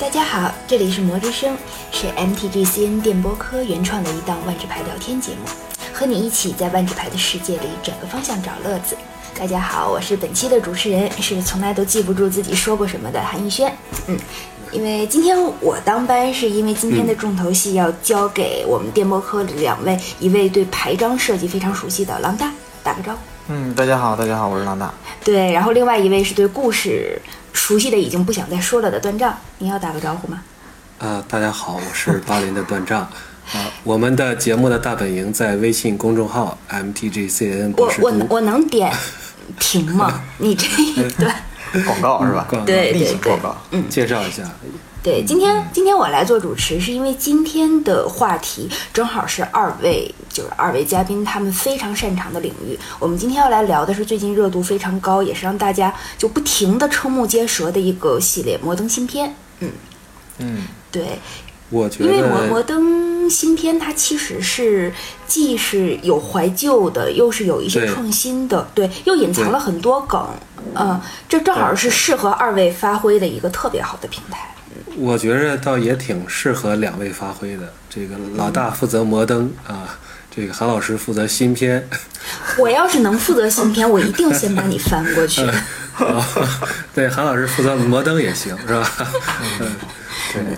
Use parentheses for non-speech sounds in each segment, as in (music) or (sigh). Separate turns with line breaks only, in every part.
大家好，这里是魔之声，是 MTGCN 电波科原创的一档万智牌聊天节目，和你一起在万智牌的世界里整个方向找乐子。大家好，我是本期的主持人，是从来都记不住自己说过什么的韩逸轩。嗯，因为今天我当班，是因为今天的重头戏要交给我们电波科的两位，一位对牌张设计非常熟悉的狼大，打个招呼。
嗯，大家好，大家好，我
(laughs)
是郎大。
对，然后另外一位是对故事熟悉的已经不想再说了的段丈，您要打个招呼吗？
呃，大家好，我是巴林的段丈。啊、我们的节目的大本营在微信公众号 MTGCN
我
博士
我
都
我能点停吗？你这一段，
广告是吧？
广告
对
例
对
行
对
广，告。
嗯，
介绍一下。
对，今天今天我来做主持，是因为今天的话题正好是二位就是二位嘉宾他们非常擅长的领域。我们今天要来聊的是最近热度非常高，也是让大家就不停的瞠目结舌的一个系列——摩登新片。嗯，
嗯，
对，
我觉
因为摩摩
得
登新片它其实是既是有怀旧的，又是有一些
对
创新的，对，又隐藏
对
了很多梗，嗯，这正好是适合二位发挥的一个特别好的平
(laughs)
台。
我觉着倒也挺适合两位发挥的。这个
嗯
老大负责摩登啊，这个韩老师负责新片。 (laughs)
我要是能负责新片，我一定先把你翻过
(laughs)
去。
啊，对，韩老师负责摩登也行，是吧？
对，
摩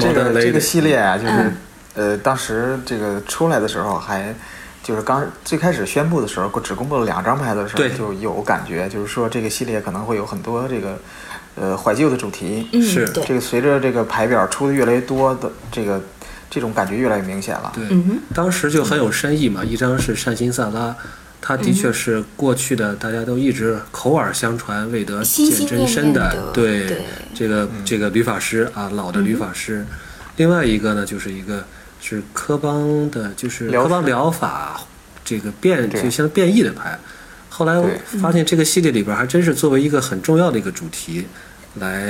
这
登
个
雷
这
的
个系列啊，就是
嗯
呃，当时这个出来的时候还。就是刚最开始宣布的时候，只公布了两张牌的时候，
对
就有感觉，就是说这个系列可能会有很多这个，呃，怀旧的主题。
嗯，
是
对，
这个随着这个牌表出的越来越多的，这个这种感觉越来越明显了。
对，
嗯
当时就很有深意嘛。一张是善心萨拉，他的
嗯
确是过去的大家都一直口耳相传、未得见真身
心心念念的
对
对嗯
这个
嗯
这个旅法师啊，老的旅法师。另外一个呢，就是一个是科邦的，就是
疗
科邦
法
疗法这个变，
对
就像变异的牌。后来我
对
发现这个系列里边还真是作为一个很重要的一个主题来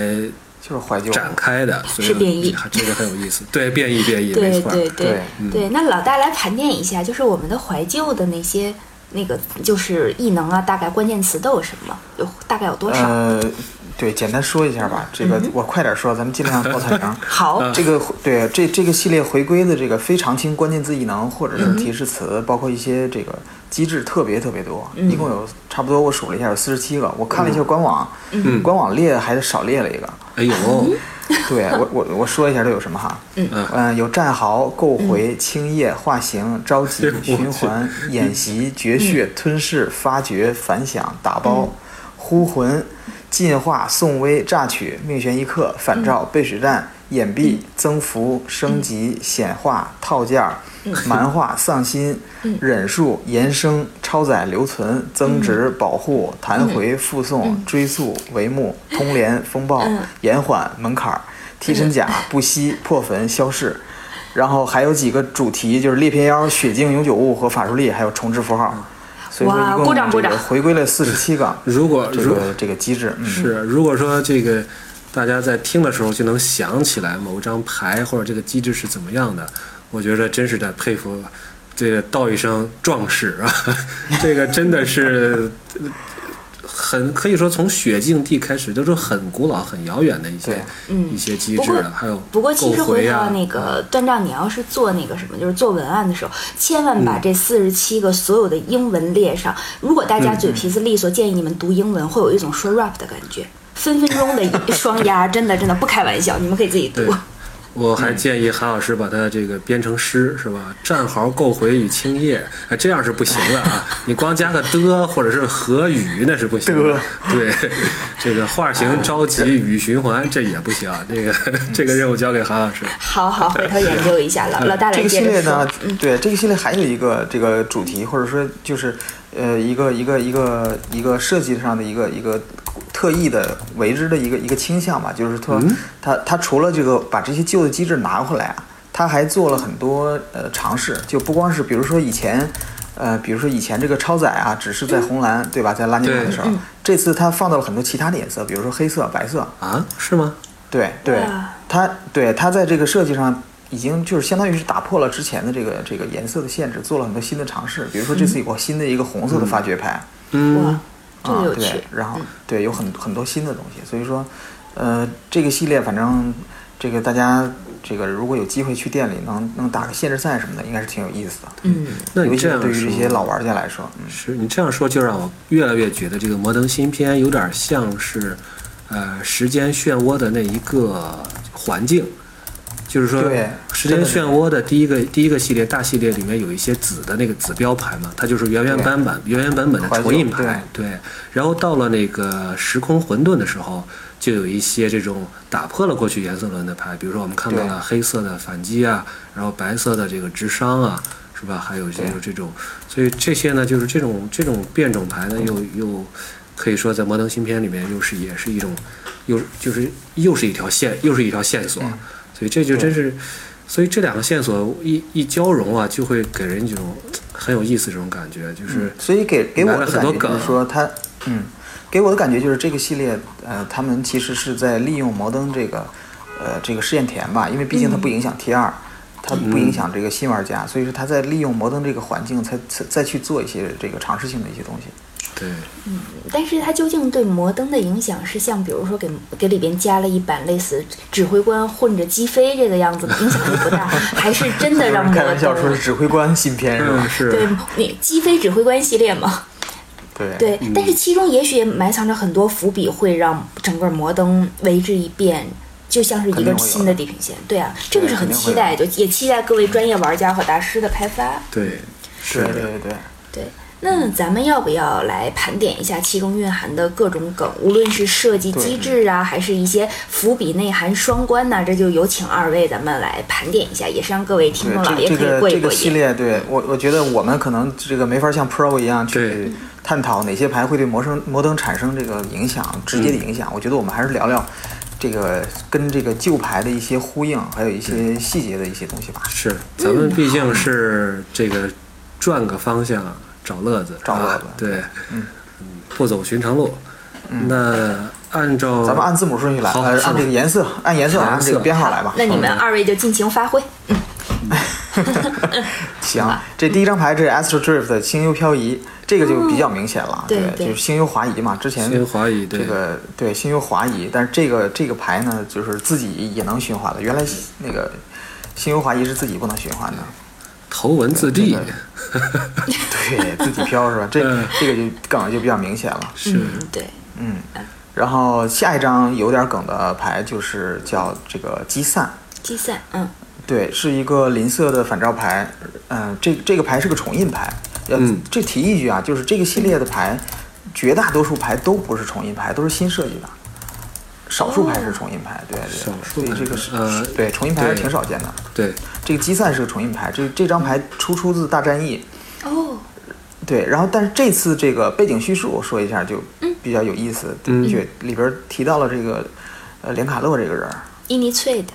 就是怀旧。
展开的，所以
是变异
还这个很有意思。对，变异变异，
对
没
对
错。嗯
对
对
对那老大来盘点一下，就是我们的怀旧的那些那个就是异能啊，大概关键词都有什么？有大概有多少？
呃，对，简单说一下吧。这
嗯
个我快点说，咱们尽量爆彩章。
好，
呃
这个对这这个系列回归的这个非常清关键字异能或者是提示词，包括一些这个机制特别特别多，一共有差不多我数了一下有四十七个，我看了一下官网，
嗯
官网列还是少列了一个。
哎呦，
嗯
对我我我说一下都有什么哈，嗯
嗯
有战壕、购回、青叶、化形、召集、循环、演习、绝血、吞噬、发掘、反响、打包、呼魂、进化、宋威、榨取、命悬一刻、反照、背水战、掩蔽、增幅、升级、显化、套件儿、 (laughs) 蛮化、丧心、忍术、延伸、超载、留存、增值、保护、弹回、附送、追溯、帷幕、通联、风暴、延缓、门槛儿、替身甲、不息、破坟、消逝。然后还有几个主题，就是裂片妖、血镜、永久物和法术力，还有重置符号。所以说，
哇
一共
鼓掌鼓
这个
掌
回归了四十七个
如果
这
如
个这个机制。嗯，
是，如果说这个大家在听的时候就能想起来某张牌或者这个机制是怎么样的，我觉得真是在佩服这个道一声壮士啊， (laughs) 这个真的是呃很可以说从雪境地开始，都是很古老、很遥远的一些
对
一些机
不
制
过
了，还有
嗯不过其实
购回
回
啊
到那个段丈，你要是做那个什么，就是做文案的时候，千万
嗯
把这四十七个所有的英文列上。如果大家嘴皮子利索，建议你们读英文，会有一种说 rap 的感觉，分分钟的一双押，真的真的不开玩笑，你们可以自己读
对。，我还建议韩老师把它这个编成诗，是吧？战壕购回与青叶，哎，这样是不行的啊！你光加个的或者是和语，那是不行的
的。
对，这个画形召集与循环，这也不行。啊这个这个任务交给韩老师。
好好，回头研究一下了。老大
这
来
个系
接
列
着
呢
说，，
对这个系列还有一个这个主题，或者说就是呃一个一个一个一个设计上的一个一个特意的为之的一个一个倾向吧，就是说它它除了这个把这些旧的机制拿回来啊，它还做了很多呃尝试，就不光是比如说以前。呃，比如说以前这个超载啊，只是在红蓝，对吧？在拉尼玛的时
嗯
候，这次它放到了很多其他的颜色，比如说黑色、白色，
啊，是吗？
对对
哇，
它对它在这个设计上已经就是相当于是打破了之前的这个这个颜色的限制，做了很多新的尝试。比如说这次有个新的一个红色的发掘牌，
哇
嗯，，
嗯这个
啊
有趣嗯
对，。然后对有很很多新的东西，所以说。呃，这个系列反正这个大家这个如果有机会去店里能能打个限制赛什么的，应该是挺有意思的。
嗯，
那
尤
你
其
这样
对于
说
这些老玩家来说，嗯，
是你这样说，就让我越来越觉得这个摩登新片有点像是，呃，时间漩涡的那一个环境，就是说
对，
时间漩涡的第一个第一个系列大系列里面有一些紫的那个紫标牌嘛，它就是原原版本原原版本的
怀旧
重印牌，对。然后到了那个时空混沌的时候，就有一些这种打破了过去颜色轮的牌，比如说我们看到了啊黑色的反击啊，然后白色的这个直伤啊，是吧？还有就
对
是这种，所以这些呢，就是这种这种变种牌呢，又又可以说在摩登新片里面又是也是一种，又就是又是一条线，又是一条线索。
嗯
所以这就
对
真是，所以这两个线索一一交融啊，就会给人一种很有意思这种感觉，就是
所以给给我
埋了
的感
很多
觉就是
梗啊
说它，嗯，给我的感觉就是这个系列，呃，他们其实是在利用摩登这个，呃，这个试验田吧，因为毕竟它不影响 T
嗯
二、它不影响这个新玩家，所以说它在利用摩登这个环境才，才再去做一些这个尝试性的一些东西。
对，
但是它究竟对摩登的影响是像比如说给给里边加了一版类似指挥官混着鸡飞这个样子，影响力不大，还是真的让摩
开玩笑说
登
是？指挥官新片嗯是哎吧？
对
是，
你鸡飞指挥官系列嘛，
对
对，但是其中也许也埋藏着很多伏笔，会让整个摩登为之一变，就像是一
肯定
个
会有
新的地平线。对啊，这个是很
肯定会
期
有
待，就也期待各位专业玩家和大师的开发。
对，是
对对对对。
对，那咱们要不要来盘点一下其中蕴含的各种梗？无论是设计
对嗯
机制啊，还是一些伏笔内涵双关呐、这就有请二位咱们来盘点一下，也是让各位听众老
对
爷
这
可以
个
过
这
一
个
过
系
瘾。
列，对我我觉得我们可能这个没法像 Pro 一样去
对
探讨哪些牌会对摩登摩登产生这个影响，直接的
嗯
影响。我觉得我们还是聊聊这个跟这个旧牌的一些呼应，还有一些细节的一些东西吧。
是，咱们毕竟是这个转个方向找乐子，
找乐
啊
子
对，
嗯
不走寻常路。那按照
咱们按字母顺序来，
好
呃，
是
按这个颜色，按颜色，
颜色
按这个编号来吧。
那你们二位就尽情发挥。
行，这第一张牌这是 Astro Drift 的星优漂移，这个就比较明显了，
哦对对
就是星优滑移嘛。之前
新华语
这
对，
个对心忧滑移，但是这个这个牌呢，就是自己也能循环的。原来那个心忧滑移是自己不能循环的，
头文字 D
这个对自己飘是吧？这
嗯
这个就梗就比较明显了。
是
嗯，对，
嗯，然后下一张有点梗的牌就是叫这个积散，
积散，嗯
对，是一个邻色的反照牌。嗯、这这个牌是个重印牌。呃，
嗯
这提一句啊，就是这个系列的牌，绝大多数牌都不是重印牌，都是新设计的。少数牌是重印牌，对对，
少数牌
所以这个是、
呃
对重印牌还是
对
挺少见的。
对，
这个积散是个重印牌，这这张牌出出自大战役，
哦，
对。然后，但是这次这个背景叙述我说一下就比较有意思，
嗯
就里边提到了这个呃连卡勒这个人儿，
伊尼翠的，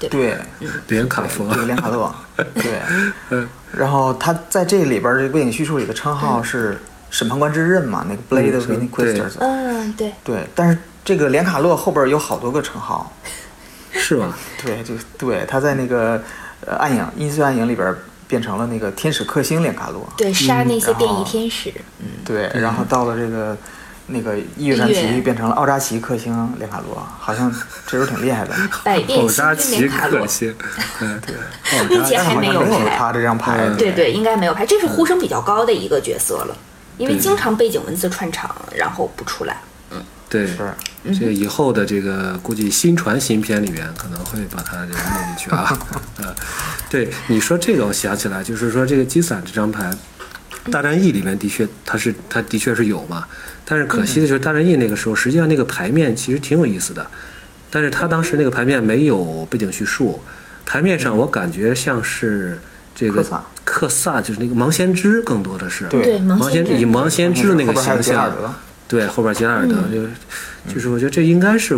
对吧？
对，
连卡
对
佛
这，个连卡勒，对。
嗯
然后他在这里边儿这个背景叙述里的称号是审判官之刃嘛，那个 Blade of
嗯
Inquisitors。
嗯，对，
对，但是这个连卡洛后边儿有好多个称号，
是吧？
对，就对，他在那个呃暗影阴碎暗影里边儿变成了那个天使克星连卡洛，
对，杀那些
然后
变异天使，嗯，
对，然后到了这个那个异月传
异
奇
月
变成了奥扎奇克星连卡洛，好像这人挺厉害的，
百变
奥扎
星
奇
君连卡洛
克，星，嗯，对，
目前
但是
还
好
没
像
有
没有
牌
他这嗯张牌，
嗯
对对，应该没有牌，这是呼声比较高的一个角色了，因为
对
经常背景文字串场，然后不出来。
对，
是。
这以后的这个估计新传新片里面可能会把它这个弄进去
(laughs)
啊。呃，对你说这个，我想起来，就是说这个基散这张牌，
嗯
大战役里面的确它是它的确是有嘛，但是可惜的就是
嗯
大战役那个时候，实际上那个牌面其实挺有意思的，但是他当时那个牌面没有背景叙述，牌面上我感觉像是这个
克嗯萨
克萨，就是那个盲先知，更多的是
对对
盲
盲
先知
以盲先知那个
后边还有
形
杰拉
象
尔。德，
对，后边杰拉尔德、
嗯
就是，就是我觉得这应该是，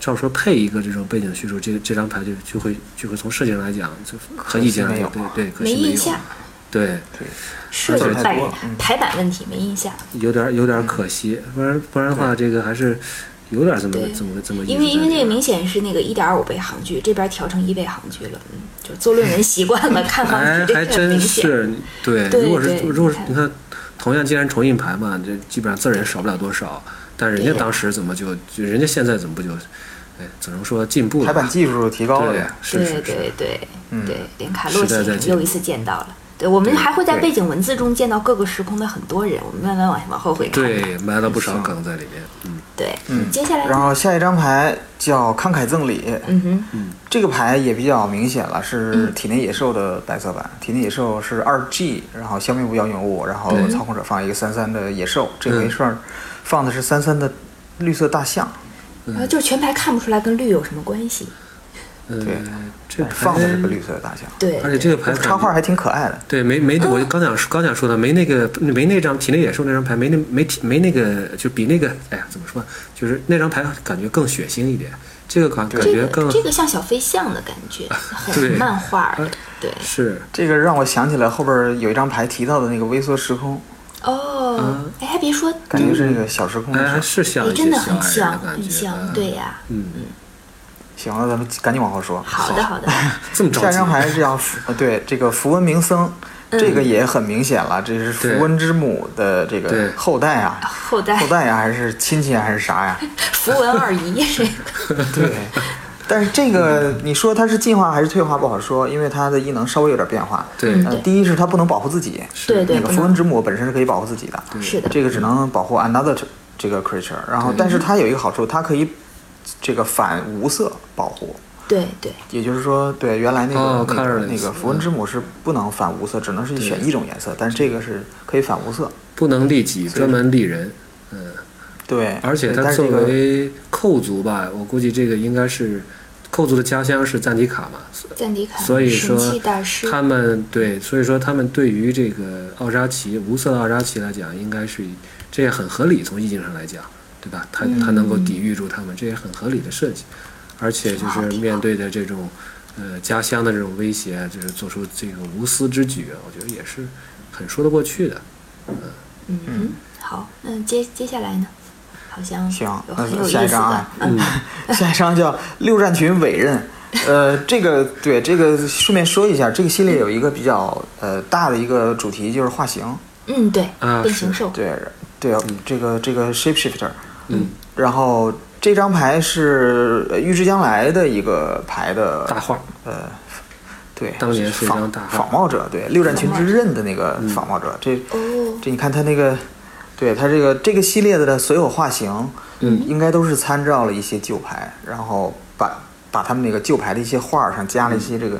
照说配一个这种背景叙述，这这张牌就就会就会从设计上来讲，就和意见上
没有
讲，对对，可
没
惜没
印
有
象，，
对，
对，
是
而且太
排
多了嗯
排版问题，没印象。
有点有点可惜，不然不然的话，这个还是有点这么个
嗯对
这么个这么意思
因为因为
在
那
里
个
面
明显是那个一点二五倍行距，这边调成一倍行距了，嗯，就做论文习惯
(laughs)
了，看
哎
行距，这
还
个很
真
明显。
是对。
对
如果是
对
如果是
你看
你看，同样既然重印牌嘛，这基本上字儿也少不了多少，但是人
对
家当时怎么就就人家现在怎么不就哎，只能说进步了
排
吧
版。技术提高了
对
呀。，
是
对
是是，
对对
嗯
对，连卡
时
洛
代
先
在
生
进步
又一次见到了。对，我们
对
还会在
对
背景文字中见到各个时空的很多人，我们慢慢往往后会看。
对，埋了不少梗在里面。嗯，
对，
嗯
接下来呢，
然后下一张牌叫慷慨赠礼，
嗯哼，
这个牌也比较明显了，
嗯
是体内野兽的白色版。体内野兽是二 G，然后消灭无妖影物，然后操控者放一个三三的野兽，
嗯
这回是放的是三三的绿色大象，
然后就是全牌看不出来跟绿有什么关系。
对
呃，这
但是哎放的是个
牌
绿色的大象，
对，
而且这个牌
插画还挺可爱的。
对，没没，我刚想说刚想说的，没那个没那张体内野兽那张牌，没那没体没那个，就比那个，哎呀，怎么说？就是那张牌感觉更血腥一点，这个感感
这
觉
个
更啊
这个像小飞象的感觉，很
对
漫画儿
呃。
对，
是
这个让我想起来后边有一张牌提到的那个微缩时空，
哦，哎，还别说，
感觉是那个小时空的
哎，还
事。
是像
哎，
一些
真的
小
很
矮人的
像，
感
很
觉，
像，
嗯
对，呀。
嗯，
行了，咱们赶紧往后说。
好的，好的，
这么着急，
下一张牌是叫符，呃对这个符文明僧，
嗯
这个也很明显了，这是符
对
文之母的这
对
个后代啊，
后代
后代呀、还是亲戚啊还是啥呀？
符文二
(laughs)
姨这个，
对。但是这个
嗯
你说它是进化还是退化不好说，因为它的异能稍微有点变化。
对
嗯
呃
对，
第一是它不能保护自己，
对对
那个
不
符
能
文之母本身是可以保护自己的，
是的，
这个只能保护 another 这个 creature。然后，但是它有一个好处，它可以这个反无色保护。
对对
也就是说，对原来那个、
哦
那
看着
个
类
那
似
个符文之母是不能反无色，只能是选一种颜色，但是这个是可以反无色。
不能利己，专门利人。
对，
而且
对
他
但是
作
这个
为寇族吧，我估计这个应该是寇族的家乡是赞迪卡嘛，
赞迪卡，
所以说
神器大师，
他们对，所以说他们对于这个奥扎奇无色的奥扎奇来讲，应该是这也很合理，从意境上来讲，对吧？他他能够抵御住他们，这也很合理的设计，而且就是面对的这种呃家乡的这种威胁，啊就是做出这个无私之举，啊我觉得也是很说得过去的。
嗯哼，好，嗯，接接下来呢，好像
行
有
那
很有意
下一
思
张
的
啊，
嗯
(laughs) 下一张叫六战群委任。呃，这个对这个顺便说一下，这个系列有一个比较呃大的一个主题就是化形，
嗯，对
啊，
变形
是
兽，
对对，这个这个 shapeshifter，
嗯，
然后这张牌是呃预知将来的一个牌的
大画，
呃，对，
当年是一张
仿
大嗯汉
仿冒者，对六战群之刃的那个仿冒者，这
哦，
这你看他那个，对他这个这个系列的所有画型，
嗯，
应该都是参照了一些旧牌，然后把把他们那个旧牌的一些画儿上加了一些
嗯
这个，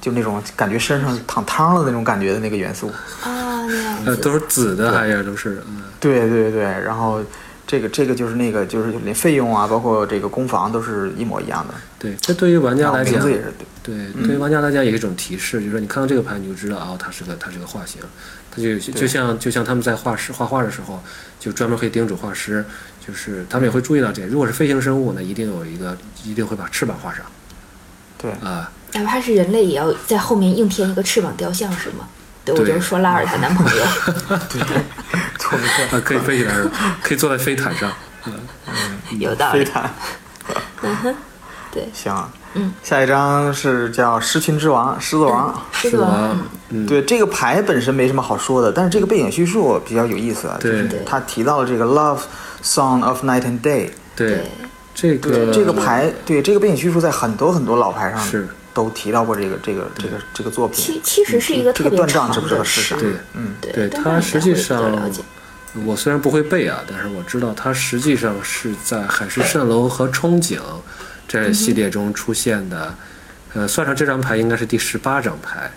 就那种感觉身上淌汤了那种感觉的那个元素，
啊，那样
呃，
子，
都是紫的，还有都是嗯，
对对对，然后。这个这个就是那个，就是连费用啊，包括这个攻防都是一模一样的，
对，这对于玩家
然后
来
名
讲
字，也是对
对，对于玩家来讲也是一种提示，就是说你看到这个牌，你就知道哦，它是个它是个画形，它就就像就像他们在画师画画的时候，就专门会叮嘱画师，就是他们也会注意到这。如果是飞行生物呢，一定有一个一定会把翅膀画上
对，
(laughs) 啊、
哪怕是人类也要在后面硬贴一个翅膀雕像是吗？对，我
对
就是说拉尔的男朋友，
(laughs)
错没错？
啊，可以飞起来是吧，可以坐在飞毯上。
有道
飞
理， (laughs)
毯。
啊嗯对，
行，啊
嗯，
下一张是叫《狮群之王》，狮子王。
狮
是
子王，
吧？嗯，
对这个牌本身没什么好说的，但是这个背景叙述比较有意思啊，就
对
是他提到了这个 Love Song of Night and Day，
对
对，
这个
这个牌，对这个背景叙述在很多很多老牌上
是
都提到过这个这个这个这个作品。
其其实是一个特
这个
别
断
长
账
的诗，
知不知道是啥？
对
嗯，
对
对
断
它
章应该
实际
会比较
上
了解
我虽然不会背啊，但是我知道它实际上是在《海市蜃楼》和《憧憬》
嗯
这系列中出现的。呃，算上这张牌，应该是第十八张牌。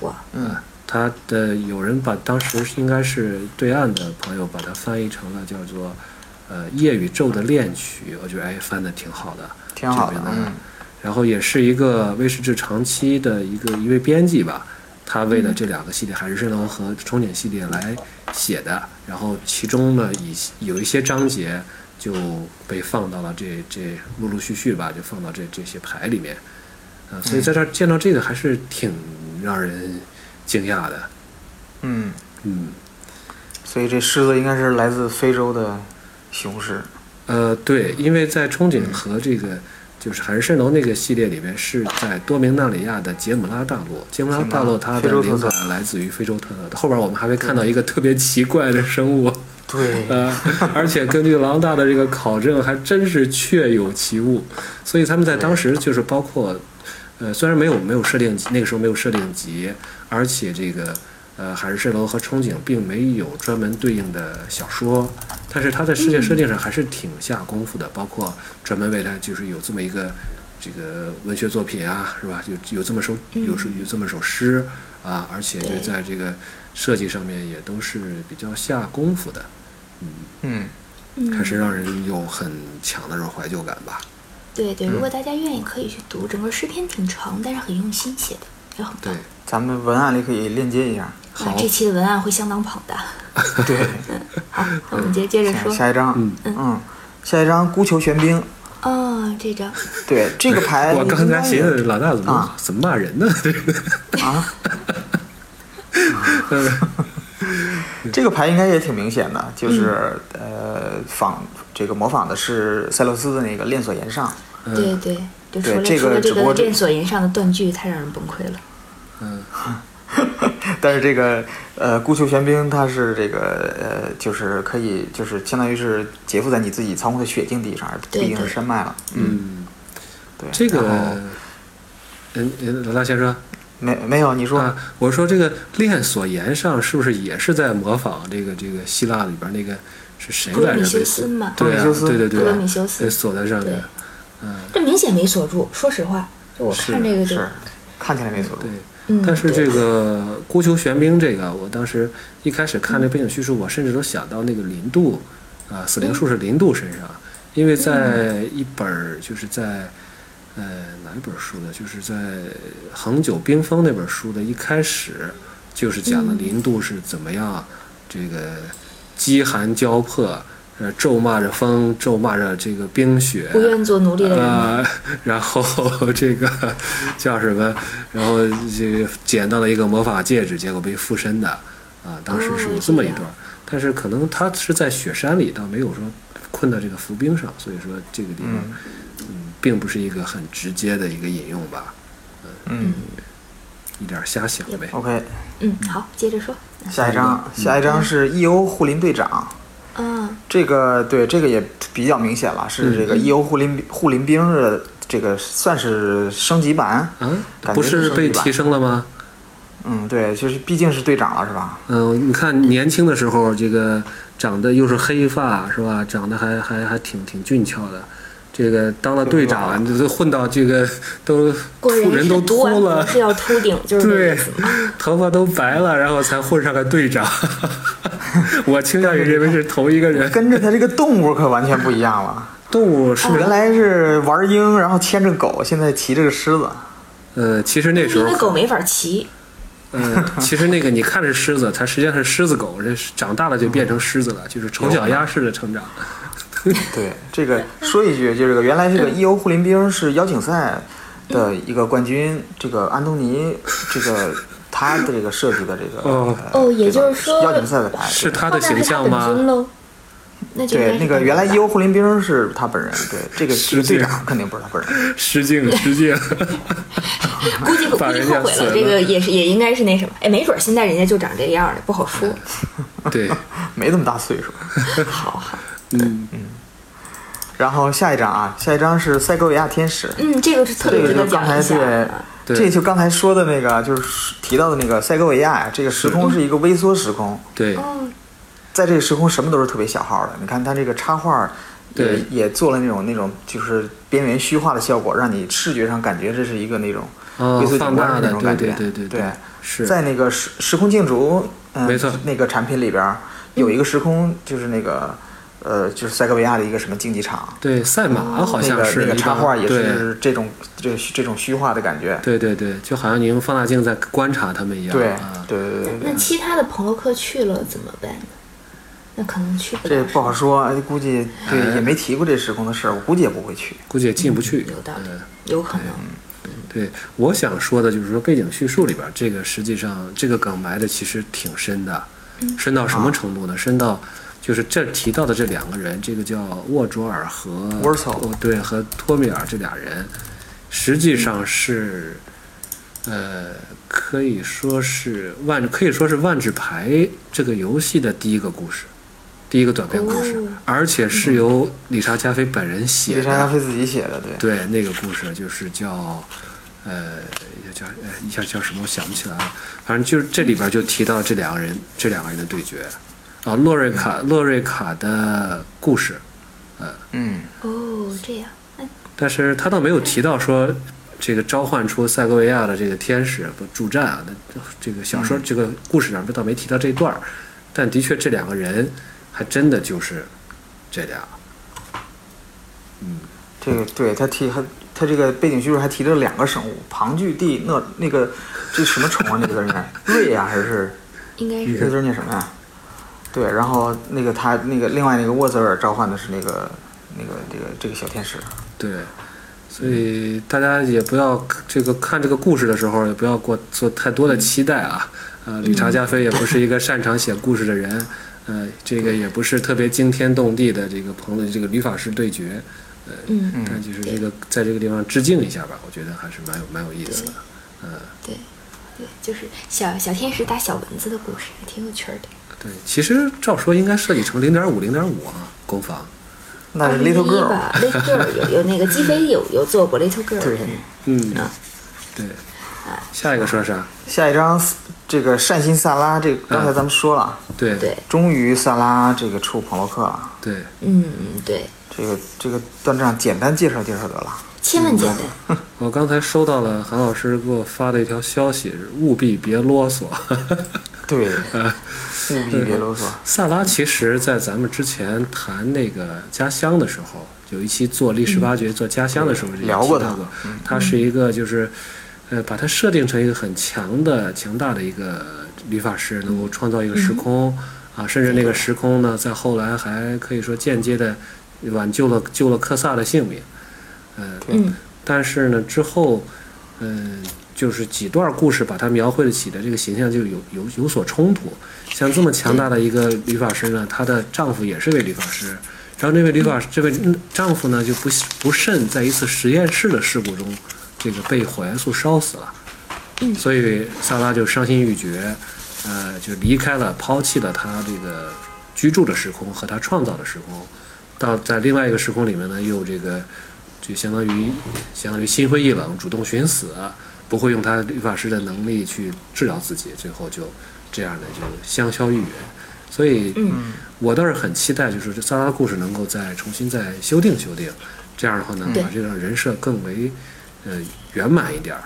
哇，
嗯，
它的有人把当时应该是对岸的朋友把它翻译成了叫做“呃夜与昼的恋曲”，我觉得哎翻的挺好的。
挺好
这
的
边，
嗯，
然后也是一个威士忌长期的一个一位编辑吧，他为了这两个系列《海市蜃楼》和《憧憬》系列来写的，然后其中呢，以有一些章节就被放到了这这陆陆续续吧，就放到这这些牌里面，啊，所以在这儿见到这个还是挺让人惊讶的，
嗯，
嗯，
所以这狮子应该是来自非洲的雄狮，
呃，对，因为在憧憬和这个就就是海市蜃楼那个系列里面是在多明纳里亚的杰姆拉大陆，杰姆拉大陆它
非
的
洲特
灵
色
感来自于非洲特色的，后边我们还会看到一个特别奇怪的生物，
对，
呃，而且根据狼大的这个考证，还真是确有其物，所以他们在当时就是包括，呃，虽然没有没有设定集，那个时候没有设定集，而且这个呃海市蜃楼和憧憬并没有专门对应的小说，但是它在世界设定上还是挺下功夫的，包括专门为它就是有这么一个这个文学作品啊，是吧？有有这么首有首有这么首诗啊，而且就
对
在这个设计上面也都是比较下功夫的。
嗯，
还是让人有很强的这种怀旧感吧。
对
嗯
对，如果大家愿意可以去读，整个诗篇挺长，但是很用心写的，也很
对
棒。，
咱们文案里可以链接一下。
那这期的文案会相当捧的。
对， (laughs)
好，那我们接接着
下
哎说。
哎下一张，
嗯
嗯，下一张孤球玄兵，
哦，这张
对这个
哎
牌，
我刚才寻思老大怎么、
啊
怎么骂人呢？ (laughs) 这个 (laughs)
啊，
嗯
这个牌应该也挺明显的，
嗯
就是、呃仿这个模仿的是塞勒斯的那个链锁岩上， (laughs)
对对，就除
对
了
这
除
个
了
只
这
不过
个
这
链锁岩上的断句太让人崩溃了。
嗯，
但是这个呃孤球玄兵它是这个呃就是可以就是相当于是劫富在你自己操控的雪境地上，而不
对
一定是
对
山脉了，嗯，
嗯，
对，
这个
然后，
嗯嗯，老大先说
没没有你说、
啊，我说这个链锁岩上是不是也是在模仿这个这个希腊里边那个是谁
普罗
来着？
米修
被
斯
锁
嘛，
对啊，
普罗米修斯
对对对
普罗米修
啊，
斯
被锁在上面
对。
嗯，
这明显没锁住。说实话，就我看这个就是
看起来没错，
对。
嗯，
但是
对
这个孤球玄冰这个，我当时一开始看这背景叙述，我甚至都想到那个林度，啊，死灵术士林度身上，因为在
嗯
一本儿就是在呃哪一本书呢？就是在《恒久冰封》那本书的一开始，就是讲
嗯
了林度是怎么样这个饥寒交迫，呃，咒骂着风，咒骂着这个冰雪，
不愿做奴隶的人嘛，
呃，然后 (laughs) 这个叫什么？然后这个捡到了一个魔法戒指，结果被附身的啊。当时是有这么一段，但是可能他是在雪山里，倒没有说困到这个浮冰上，所以说这个地方
嗯
嗯并不是一个很直接的一个引用吧，
嗯
一点儿瞎想呗。
，OK，
嗯，好，接着说。
下一张，下一张是 E.O. 护林队长，
嗯，
这个对这个也比较明显了，是这个 E.O. 护林护林兵的这个算是升级版，
啊，
感觉
不是被提
升级
升了吗？
版，嗯，对，就是毕竟是队长了是吧？
嗯，你看年轻的时候，这个长得又是黑发，是吧？长得还还还挺挺俊俏的。这个当了队长，这都混到这个 (laughs) 都
果然
妇人啊
是
都
读完
秃了
博，士要秃顶，就是这个
对
意思。，
头发都白了，然后才混上个队长。 (laughs) 我倾向于认为是同一个人。
跟着他这个动物可完全不一样了，
动物是
原来是玩鹰，然后牵着狗，现在骑着个狮子，
呃，其 (laughs) 实那时
因为狗
候，
没法骑，
嗯，其实那个你看是狮子，它实际上是狮子狗，这长大了就变成狮子了，就是丑小鸭式的成长。
对，这个说一句，就这个原来
(laughs)
这个 E.O. 护林兵是邀请赛的一个冠军，这个安东尼，这
(laughs)
个他的这个设计的这个
哦
呃
哦也
这个
就是说
邀请赛的牌
是
对
它的形
那
象
是他本尊
吗？
喽？那就应该
对
是
那个
他
原来
本
E.O. 护林兵是他本人，对这个
是
队
这样
长肯定不是他本人，
失敬，失敬。
(laughs)
(laughs)
估计估
把
计
人
后
家
悔
损
了，
了
这个也是也应该是那什么，哎，没准儿现在人家就长这样了，不好说。
对，
没这么大岁数。
好好，
嗯，
然后下一张啊，下一张是塞戈维亚天使，
嗯，这个是特
这
别
个
值
就
得
刚
讲
才
一下
对
啊。。
对
这就刚才说的那个，就是提到的那个塞戈维亚呀，这个时
嗯
空是一个微缩时空，
对，
哦，
在这个时空什么都是特别小号的。你看它这个插画儿也，
对
也做了那种那种就是边缘虚化的效果，让你视觉上感觉这是一个那种
哦
微缩景
放
观
大
的那
的，
种
对
感觉。
对对对
对，
是
在那个时时空竞逐，嗯、
没错
那个产品里边儿有一个时空就是那个呃就是塞戈维亚的一个什么竞技场。
对赛马好
那
像
个
是
那个
一
插
张
画也是这种这这种虚化的感觉，
对对对对，就好像你用放大镜在观察他们一样。
对
啊，
对对对对
那，其他的朋友客去了怎么办呢？那可能去不
这
了，
不好说，估计对
哎
也没提过这时空的事儿，我估计也不会去。
估计也进不去。
有道理
嗯，
有可能。
对，我想说的就是说，背景叙述里边儿，嗯啊这个实际上这个梗埋的其实挺深的，深到什么程度呢？深到就是这提到的这两个人，这个叫沃卓尔和
Wurzel
哦对，和托米尔这俩人，实际上是，呃，可以说是万可以说是万智牌这个游戏的第一个故事，第一个短篇故事，
哦
而且是由理查嗯加菲本人写的。
丽莎咖啡自己写的，对，
对，那个故事就是叫，呃，叫呃一下叫什么我想不起来了，反正就是这里边就提到这两个人，这两个人的对决，啊，洛瑞卡洛瑞卡的故事，
嗯，
哦，这样，
但是他倒没有提到说这个召唤出塞戈维亚的这个天使不助战啊，那这个小说、这个故事上倒没提到这段儿，但的确这两个人还真的就是这俩，
这个对他提他他这个背景叙述还提了两个生物，庞巨地那那个这什么虫啊？那个字儿念瑞呀、还 (laughs) 是
应该
那个
是
字儿念什么呀？对，然后那个他那个另外那个沃泽尔召唤的是那个那个这个这个小天使，
对，所以大家也不要这个看这个故事的时候，也不要过做太多的期待啊。呃，理查加菲也不是一个擅长写故事的人，呃，这个也不是特别惊天动地的这个彭伦这个吕法师对决，
嗯，
嗯
但就是这个在这个地方致敬一下吧，我觉得还是蛮有蛮有意思的。
对，对，就是小小天使打小蚊子的故事，还挺有趣儿的。
对，其实照说应该设计成零点五零点五啊，攻防。
那是啊 Little
二零一一
Girl，
吧，Little Girl 有有那个鸡飞有有做过 Little Girl
对
的
嗯
啊，
对。下一个说啥？
下一张这个善心萨拉，这个刚才咱们说了，
对
嗯对，
终于萨拉这个触彭洛克了，
对，
嗯对，
这个这个段章简单介绍介绍得了，
千万简单，
我刚才收到了韩老师给我发的一条消息，务必别啰嗦。 (laughs)
(laughs) 对，务必别啰嗦，
萨拉其实，在咱们之前谈那个家乡的时候，有一期做历史挖掘、做家乡的时候
嗯对
也
聊
提
过
到
他嗯
过，他是一个就是，呃，把它设定成一个很强的、强大的一个理发师，能够创造一个
嗯
时空、啊，甚至那个时空呢，在后来还可以说间接的挽救了救了科萨的性命，呃，
嗯
但是呢，之后，嗯、就是几段故事把它描绘的起的这个形象就有有有所冲突。像这么强大的一个理发师呢，她的丈夫也是位理发师，然后那位理发、这位丈夫呢就不不慎在一次实验室的事故中，这个被火元素烧死了。
嗯
所以萨拉就伤心欲绝，呃，就离开了，抛弃了她这个居住的时空和她创造的时空，到在另外一个时空里面呢，又这个就相当于相当于心灰意冷，主动寻死，不会用她理发师的能力去治疗自己，最后就这样的就香消玉殒。所以，
嗯
我倒是很期待，就是这萨拉的故事能够再重新再修订修订，这样的话呢，
对
把这个人设更为呃圆满一点儿。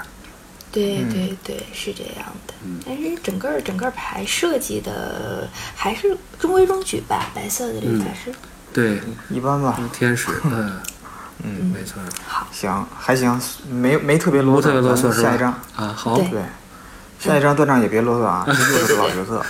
对对对，是这样的。
嗯
但是整个整个牌设计的还是中规中矩吧，白色的
嗯
理发师
对，
嗯
一般吧，
天
(laughs)
使，嗯，嗯，没错儿，
好，
行，还行，没没特别
不
啰嗦，
特别啰嗦
咱们
是吧？
下一张，
啊，好，
对
对，下一张段章也别啰嗦啊，这又是个老角
(laughs)
色，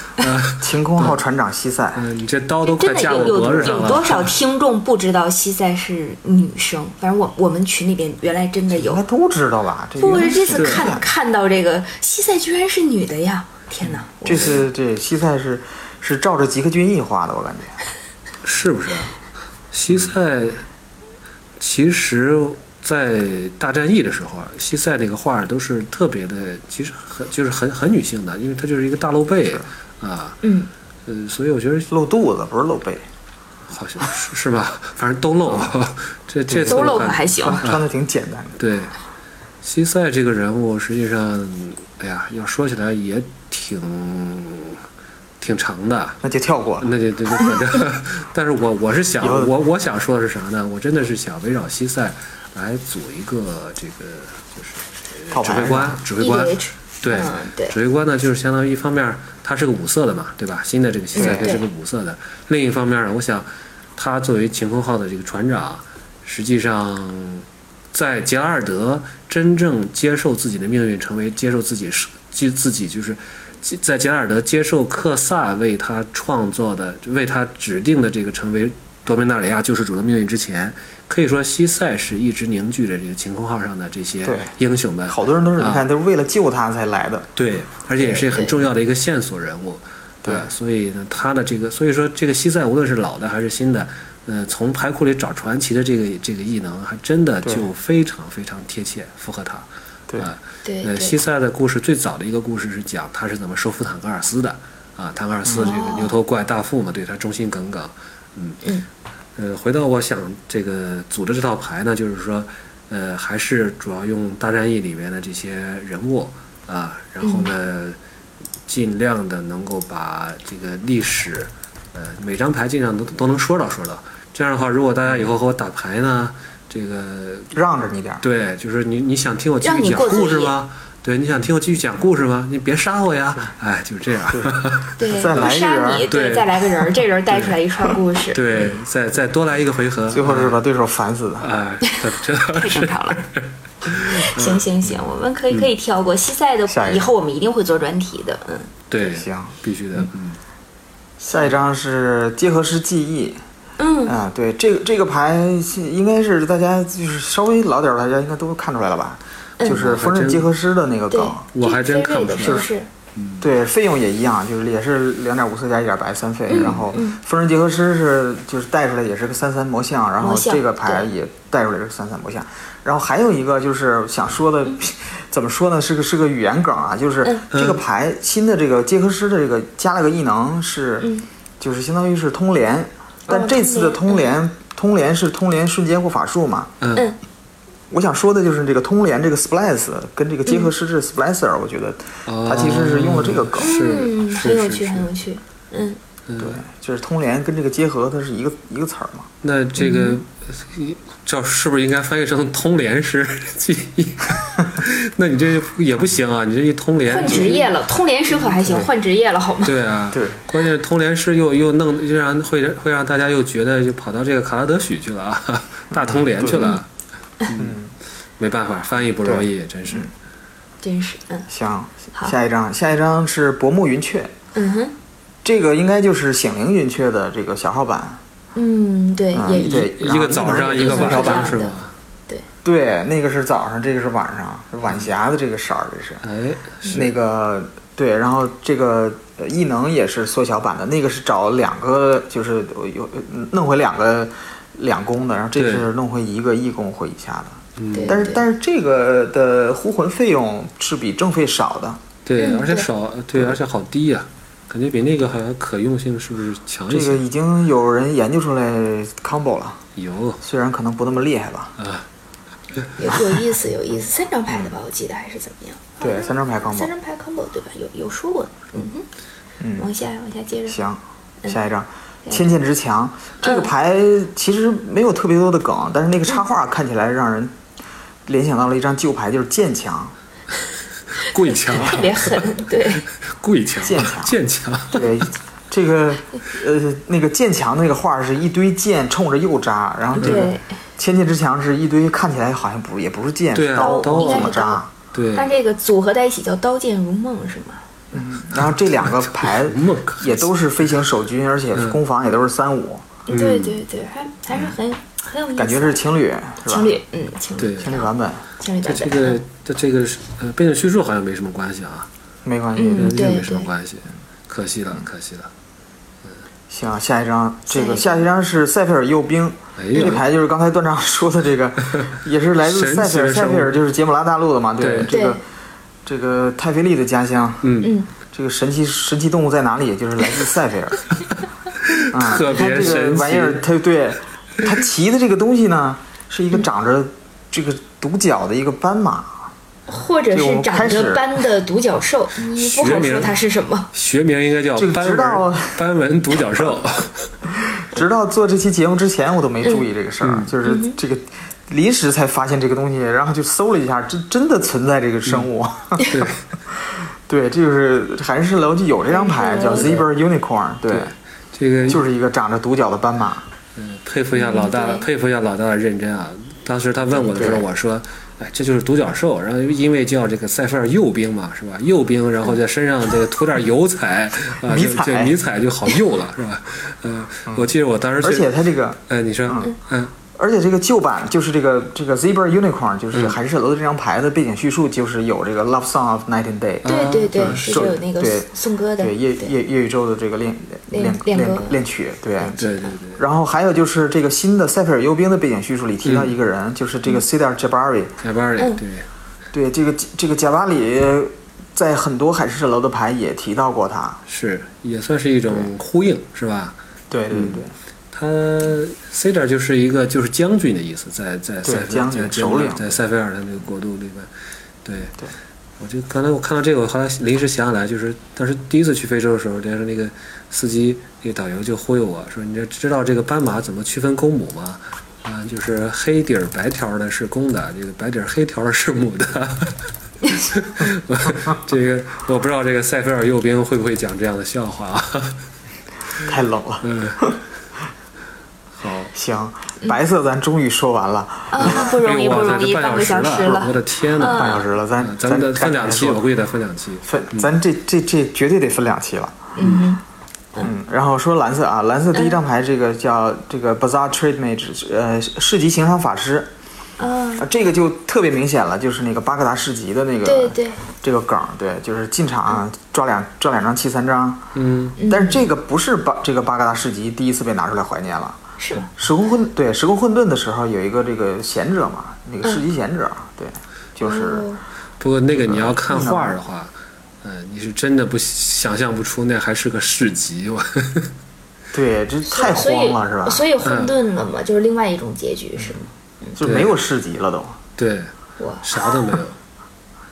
晴空号船长西塞，
嗯，你这刀都快
哎真的
架我
有有
脖子上
有多
了，
少听众不知道西塞是女生？反正我我们群里边原来真的
应
有
该，都知道吧？这
不
原
是这
来是
次
个
看看到这个西塞居然是女的呀！天哪，我
这次这西塞是是照着吉克隽逸画的，我感觉，
是不是？西塞其实，在大战役的时候啊，西塞那个画儿都是特别的，其实很就是很很女性的，因为它就是一个大露背啊，
嗯，
呃，所以我觉得
露肚子不是露背，
好像是是吧？反正都露， (laughs) 这这次
都露
我
可
看
还行，
穿穿的挺简单的。
对，西塞这个人物实际上，哎呀，要说起来也挺挺长的，
那就跳过了。
那就就就反正， (laughs) 但是我我是想
以后
我我想说的是啥呢？我真的是想围绕西塞来组一个这个就是
套
呃
牌
指挥官，指挥官
EDH，
对
嗯，对
指挥官呢，就是相当于一方面儿它是个五色的嘛，对吧？新的这个西塞它
对
是个五色的。另一方面儿呢，我想他作为晴空号的这个船长，实际上在杰拉尔德真正接受自己的命运，成为接受自己是自自己就是在杰拉尔德接受克萨为他创作的、为他指定的这个成为多米纳里亚救世主的命运之前，可以说西塞是一直凝聚着这个晴空号上的这些
对
英雄们，
好多人都是你
啊
看，都是为了救他才来的。
对，而且也是很重要的一个线索人物。对，所以呢，他的这个，所以说这个西塞无论是老的还是新的，呃，从牌库里找传奇的这个这个异能，还真的
对
就非常非常贴切，符合他。
对
啊，
对
呃，
对
西塞的故事最早的一个故事是讲他是怎么收服坦格尔斯的啊，坦格尔
哦
斯这个牛头怪大副嘛，对他忠心耿耿。嗯
嗯
呃，回到我想这个组织这套牌呢，就是说，呃，还是主要用大战役里面的这些人物啊，然后呢，尽量的能够把这个历史，呃，每张牌尽量都都能说到说到。这样的话，如果大家以后和我打牌呢，这个
让着你点儿。
对，就是你你想听我继
让
续
你
讲
过
故
嘴
事吗？对，你想听我继续讲故事吗？你别杀我呀！哎，就是这样。
对，
再
不
来一个人
杀
儿
你，对，
对
再来个人儿，这人儿带出来一串故事，
对，再再多来一个回合。
最后是把对手烦死的。
哎，这
太正常
(laughs)
了。行行行，我们
嗯
可以可以跳过西塞的
下一，个
以后我们一定会做专题的。嗯，
对
行，
必须的。嗯，
下一张是结合式记忆。
嗯
啊，对，这个这个牌是应该是大家就是稍微老点儿，大家应该都看出来了吧？就是缝纫结合师的那个
嗯对
梗。，
我还真看不出来
是不是？
对，费用也一样，就是也是两点五四加一点白三费，然后缝纫结合师是就是带出来也是个三三魔像，然后
魔像
这个牌也带出来是个三三魔像，然后还有一个就是想说的， (laughs) 怎么说呢？是个是个语言梗啊，就是这个牌新的这个结合师的这个加了个异能是，就是相当于是通联，但这次的嗯哦通联嗯通联是通联瞬间或法术嘛，
嗯，
我想说的就是这个通联这个 splice 跟这个结合师这 splicer，、我觉得它其实是用了这个梗。
哦是
嗯，
是
很有
是
趣，
是
很有趣。嗯，
对，就是通联跟这个结合，它是一个一个词儿嘛。
那这个叫是不是应该翻译成通联式记忆？ (laughs) 那你这也不行啊！你这一通联
换职业了，通联师可还行，换职业了好
(laughs)
吗？
对啊，
(laughs) 对，
关键是通联师又又弄，又让会会让大家又觉得就跑到这个卡拉德许去了啊， (laughs) 大通联去了，嗯，没办法，翻译不容易，真是，
真是，嗯
行
好，
下一张，下一张是薄暮云雀，
嗯哼，
这个应该就是醒灵云雀的这个小号版。
嗯，对，
啊
也
对
一个早上一个晚上是吧？
对，那个是早上，这个是晚上，晚霞的这个色儿，这是。
哎，是
那个对，然后这个呃异能也是缩小版的，那个是找两个，就是有有弄回两个两攻的，然后这
对
是弄回一个一攻回一下的。
对，
但是
对
但是这个的呼魂费用是比正费少的，
对，
嗯
而且
对
少，对，而且好低呀，感觉比那个好像可用性是不是强
这
一
个
些？
已经有人研究出来 combo 了，
有
虽然可能不那么厉害吧。
啊，
有有意思，有意思，三张牌的吧，我记得还是怎么样？
对，三张牌 combo
嗯三。张牌 combo 对吧？有有说过，嗯哼，
嗯，
往下往下接着，
行，
嗯
下一张，千剑之墙这个牌其实没有特别多的梗，但是那个插画看起来让人联想到了一张旧牌，就是
(laughs)
剑墙。
跪墙，
特别狠，对，
跪墙
剑墙，
啊剑墙，
对，这个呃那个剑墙那个画是一堆剑冲着右扎，然后这个
对
千剑之墙是一堆看起来好像不是也不是剑，
对
是
啊
刀
刀
应
怎么
该是刀
扎？
对，
但这个组合在一起叫刀剑如梦是吗？
然后这两个
(laughs)
牌
梦
也都是飞行守军，而且
嗯
攻防也都是三五，
对对对，还还是很很有意思，
感觉是情侣是吧？
情侣，嗯，情
对
侣，
情侣版本
情侣
这
版
这
本，
个这这个是呃背景叙述好像没什么关系啊，
没关系。
嗯
跟这
对
没什么
对
关系，可惜了，可惜了。
行，下一张这个
下
下一张是塞菲尔右兵，
哎
这
呀，
牌就是刚才段长 (laughs) 说的这个，
(laughs)
也是来自塞菲
神
尔，
奇的
塞
生物
菲尔就是杰姆拉大陆的嘛，
对
这个
对
这个泰菲利的家乡，
嗯，
嗯，
这个神奇神奇动物在哪里？就是来自塞
(laughs)
菲尔。啊，
特别
它这
神
个
奇
玩意儿，它对它骑的这个东西呢，是一个长着这个独角的一个斑马，
或者
对我
是
们
长
开始
着斑的独角兽，你不
学
好
名
说它是什么。
学名应该叫
这个
斑
直到
纹斑纹独
(laughs)
角兽，
直到做这期节目之前，我都没注意这个事儿，
嗯
就是这个临时才发现这个东西，然后就搜了一下，真真的存在这个生物。
对
(laughs) 对，这就是韩式楼就有这张牌，叫
韩式
Zebra Unicorn，对，
这个
就是一个长着独角的斑马。
嗯佩服一下老大，
嗯对
佩服一下老大的认真啊！当时他问我的时候，
对
我说：“哎，这就是独角兽。”然后因为叫这个塞菲尔幼兵嘛，是吧？幼兵，然后在身上这个涂点油彩啊，
(laughs) 迷
这
彩
呃这迷彩就好幼了，是吧？嗯，我记得我当时
而
最
且它这个，
哎，你说嗯
而且这个旧版就是这个这个 Zebra Unicorn，就是
嗯
海市蜃楼的这张牌的背景叙述，就是有这个 Love Song of Night and Day，
啊
对对对，
就是
是有那个
对
颂歌的，对
对夜夜夜宇宙的这个练
练
练
练
练
歌
练曲，对。
对对对，
然后还有就是这个新的塞菲尔幽兵的背景叙述里提到一个人，就是这个 Cedar Jabari，
加班里
嗯
对，
对这个这个贾巴里，在很多海市蜃楼的牌也提到过他，
是也算是一种呼应，是吧？
对对
嗯
对，
他 Cedar 就是一个就是将军的意思，在在
对
塞菲尔
将军
在
首领
在塞菲尔的那个国度里面，对
对。
我就刚才我看到这个，我后来临时想起来，就是当时第一次去非洲的时候，人家说那个司机那个导游就忽悠我说：“你这知道这个斑马怎么区分公母吗？”啊，就是黑底儿白条儿的是公的，这个白底儿黑条儿的是母的。 (laughs) 这个我不知道这个塞菲尔右边会不会讲这样的笑话啊？ (laughs)
太冷了。
嗯， (laughs) 好。
行，白色咱终于说完了，
啊，不
哎
容易
呦
不
哇塞，
容易，
这半
半个
小
小时
了，我
了。嗯
的天哪！
半小时了，咱
啊咱们得分两期，我
我
估计得分两期。
分咱这这这绝对得分两期了。
嗯
嗯，然后说蓝色啊，蓝色第一张牌这个叫这个 Bazaar Trade Mage，呃，市集行商法师，
哼啊，
啊这个就特别明显了，就是那个巴格达市集的那个
对对，嗯
这个梗儿，对，就是进场啊抓两抓两张七三张，
嗯，
但是这个不是巴这个巴格达市集第一次被拿出来怀念了。
是吧？
时空混对时空混沌的时候有一个这个贤者嘛，那个世纪贤者，对，就是
嗯哦
不过那个你要看画儿的话，嗯，你是真的不想象不出那还是个市集，我 (laughs)
对，这太
所
慌
以
了是吧？
嗯
所以混沌了嘛，就是另外一种结局是吗？
就没有市集了都，
对，
哇，
啥都没有，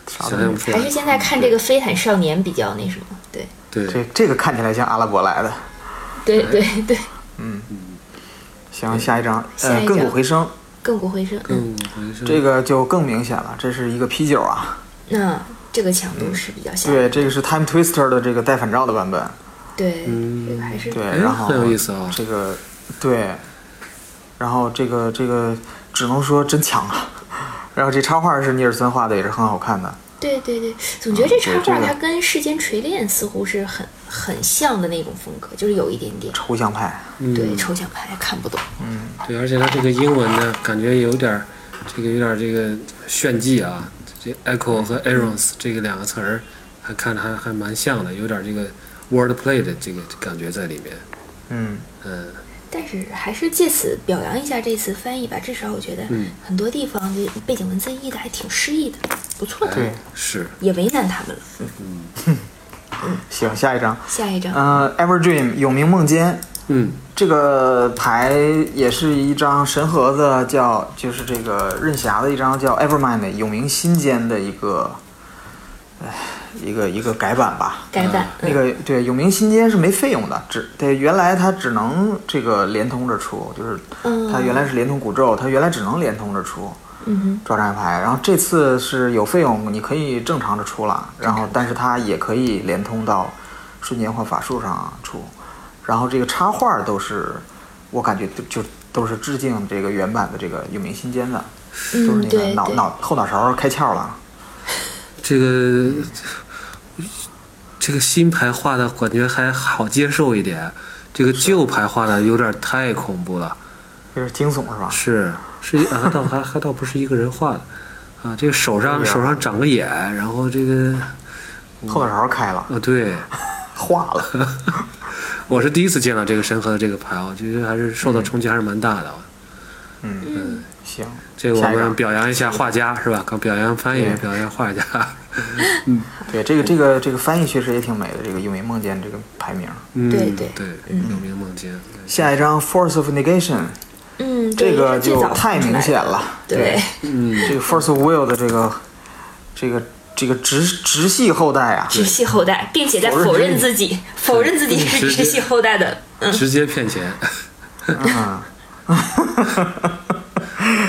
啥都
想
没
象
有
不。出
还是
来。
现在看这个《飞毯少年》比较那什么？对
这
对，
这个看起来像阿拉伯来的。
对
哎
(laughs) 对对，
行，下一张，
下
呃，
一
亘古
张
回声，
亘古回声，嗯，
更浑身
这个就更明显了，这是一个啤酒啊，
那这个强
嗯
度是比较小的，
对，这个是 Time Twister 的这个带反照的版本，
对，
嗯
这个还是
对，
哎
然后
很有意思啊
这个对，然后这个这个只能说真强啊， (laughs) 然后这插画是尼尔森画的，也是很好看的，
对对对，总觉得这插
啊对这
画
个
它跟《世间锤炼》似乎是很很像的那种风格，就是有一点点
抽象派。
嗯
对抽象派看不懂。
对，而且它这个英文呢，感觉有点儿，这个有点儿这个炫技啊，这 echo 和 errors 这个两个词儿，还看着还还蛮像的，有点儿这个 word play 的这个感觉在里面。
嗯，
嗯，
但是还是借此表扬一下这次翻译吧，至少我觉得
嗯
很多地方就背景文字译的还挺诗意的，不错的，
对
是，
也为难他们了。嗯
行，下一张，
下一张，
呃，Ever Dream 永明梦间
嗯，
这个牌也是一张神盒子叫，就是这个任侠的一张叫 Evermind 永明心间的一个，唉，一个一个改版吧。
改版，
那个对永明心间是没费用的，只对原来它只能这个连通着出，就是
嗯
它原来是连通古咒，它原来只能连通着出
嗯
抓战牌，然后这次是有费用，你可以正常着出了，然后但是它也可以连通到瞬间或法术上出，然后这个插画都是我感觉就就都是致敬这个原版的这个永明心间的，
嗯
都是那个
对
脑
对
脑后脑勺开窍了。
这个这个新牌画的感觉还好接受一点，这个旧牌画的有点儿太恐怖了。
有点惊悚是吧？
是是一啊，倒还还倒不是一个人画的啊，这个手上
对呀
手上长个眼，然后这个
后脑勺开了， (laughs)
呃、对，
化了。
我是第一次见到这个神和的这个牌，我觉得还是受到冲击还是蛮大的。
嗯
行，
这个我
下一张
们表扬一下画家是吧？刚表扬翻译
对，
表扬画家。
对，这个这个这个翻译确实也挺美的，这个《永明梦见》这个排名。
嗯，
对
对
对
有名梦见。
下一张《Force of Negation》，
嗯，
这
对
个
是最
就
早
太
出来
明
的
显了。
对， (laughs)
嗯，
这个 Force of Will 的这个这个这个直直系后代啊，
直系后代，并且在否
否认这
认
个
自己，否认自己是
直接
直系后代的。嗯，
(laughs) 直接骗钱。
(laughs) 嗯，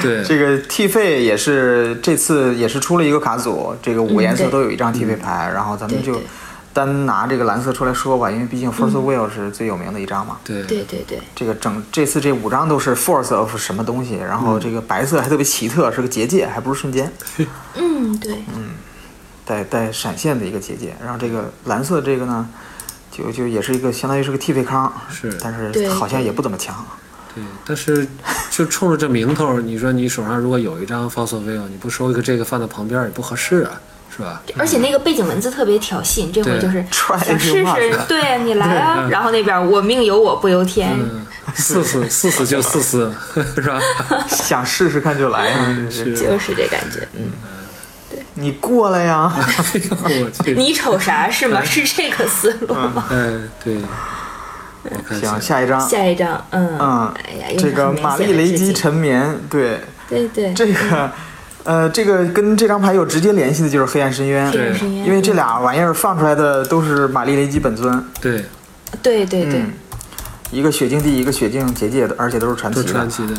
对，
这个 T 费也是这次也是出了一个卡组，这个五个颜
嗯
色
对
都有一张 T 费牌，然后咱们
对
就
对嗯
单拿这个蓝色出来说吧，因为毕竟 Force of Will 是最有名的一张嘛。
对
对对对，
这个整这次这五张都是 force of 什么东西，然后这个白色还特别奇特，是个结界，还不是瞬间
嗯对，
带带闪现的一个结界。然后这个蓝色这个呢，就就也是一个相当于是个 T 费康，
是
但
对
是好像也不怎么强。
对，但是就冲着这名头，你说你手上如果有一张方索菲奥，你不收一个这个放在旁边也不合适啊，是吧？
而且那个背景文字特别挑衅，这回
对
就是
踹
想
一句
试
话
试
是吧，嗯
对你来啊，然后那边我命由我不由天，
嗯，试试试试就试试， (laughs) 是吧？
想试试看就来啊！真是
是，
就是这感觉。嗯，
你过来呀！
我去，
你瞅啥是吗？是这个思路吗？
哎，对，我看
行，下一张，
下一张，嗯，
嗯
哎呀，又是
这个
很明
玛
显
丽
的
雷
致
击
敬，
沉眠，对
对对，
这个，呃，这个跟这张牌有直接联系的就是黑暗深渊，
对
这个深渊
因为这俩玩意儿放出来的都是玛丽雷击本尊，
对，
对对对
嗯，一个血镜帝，一个血镜结界的，而且都是传
都
奇
传
的，
奇的，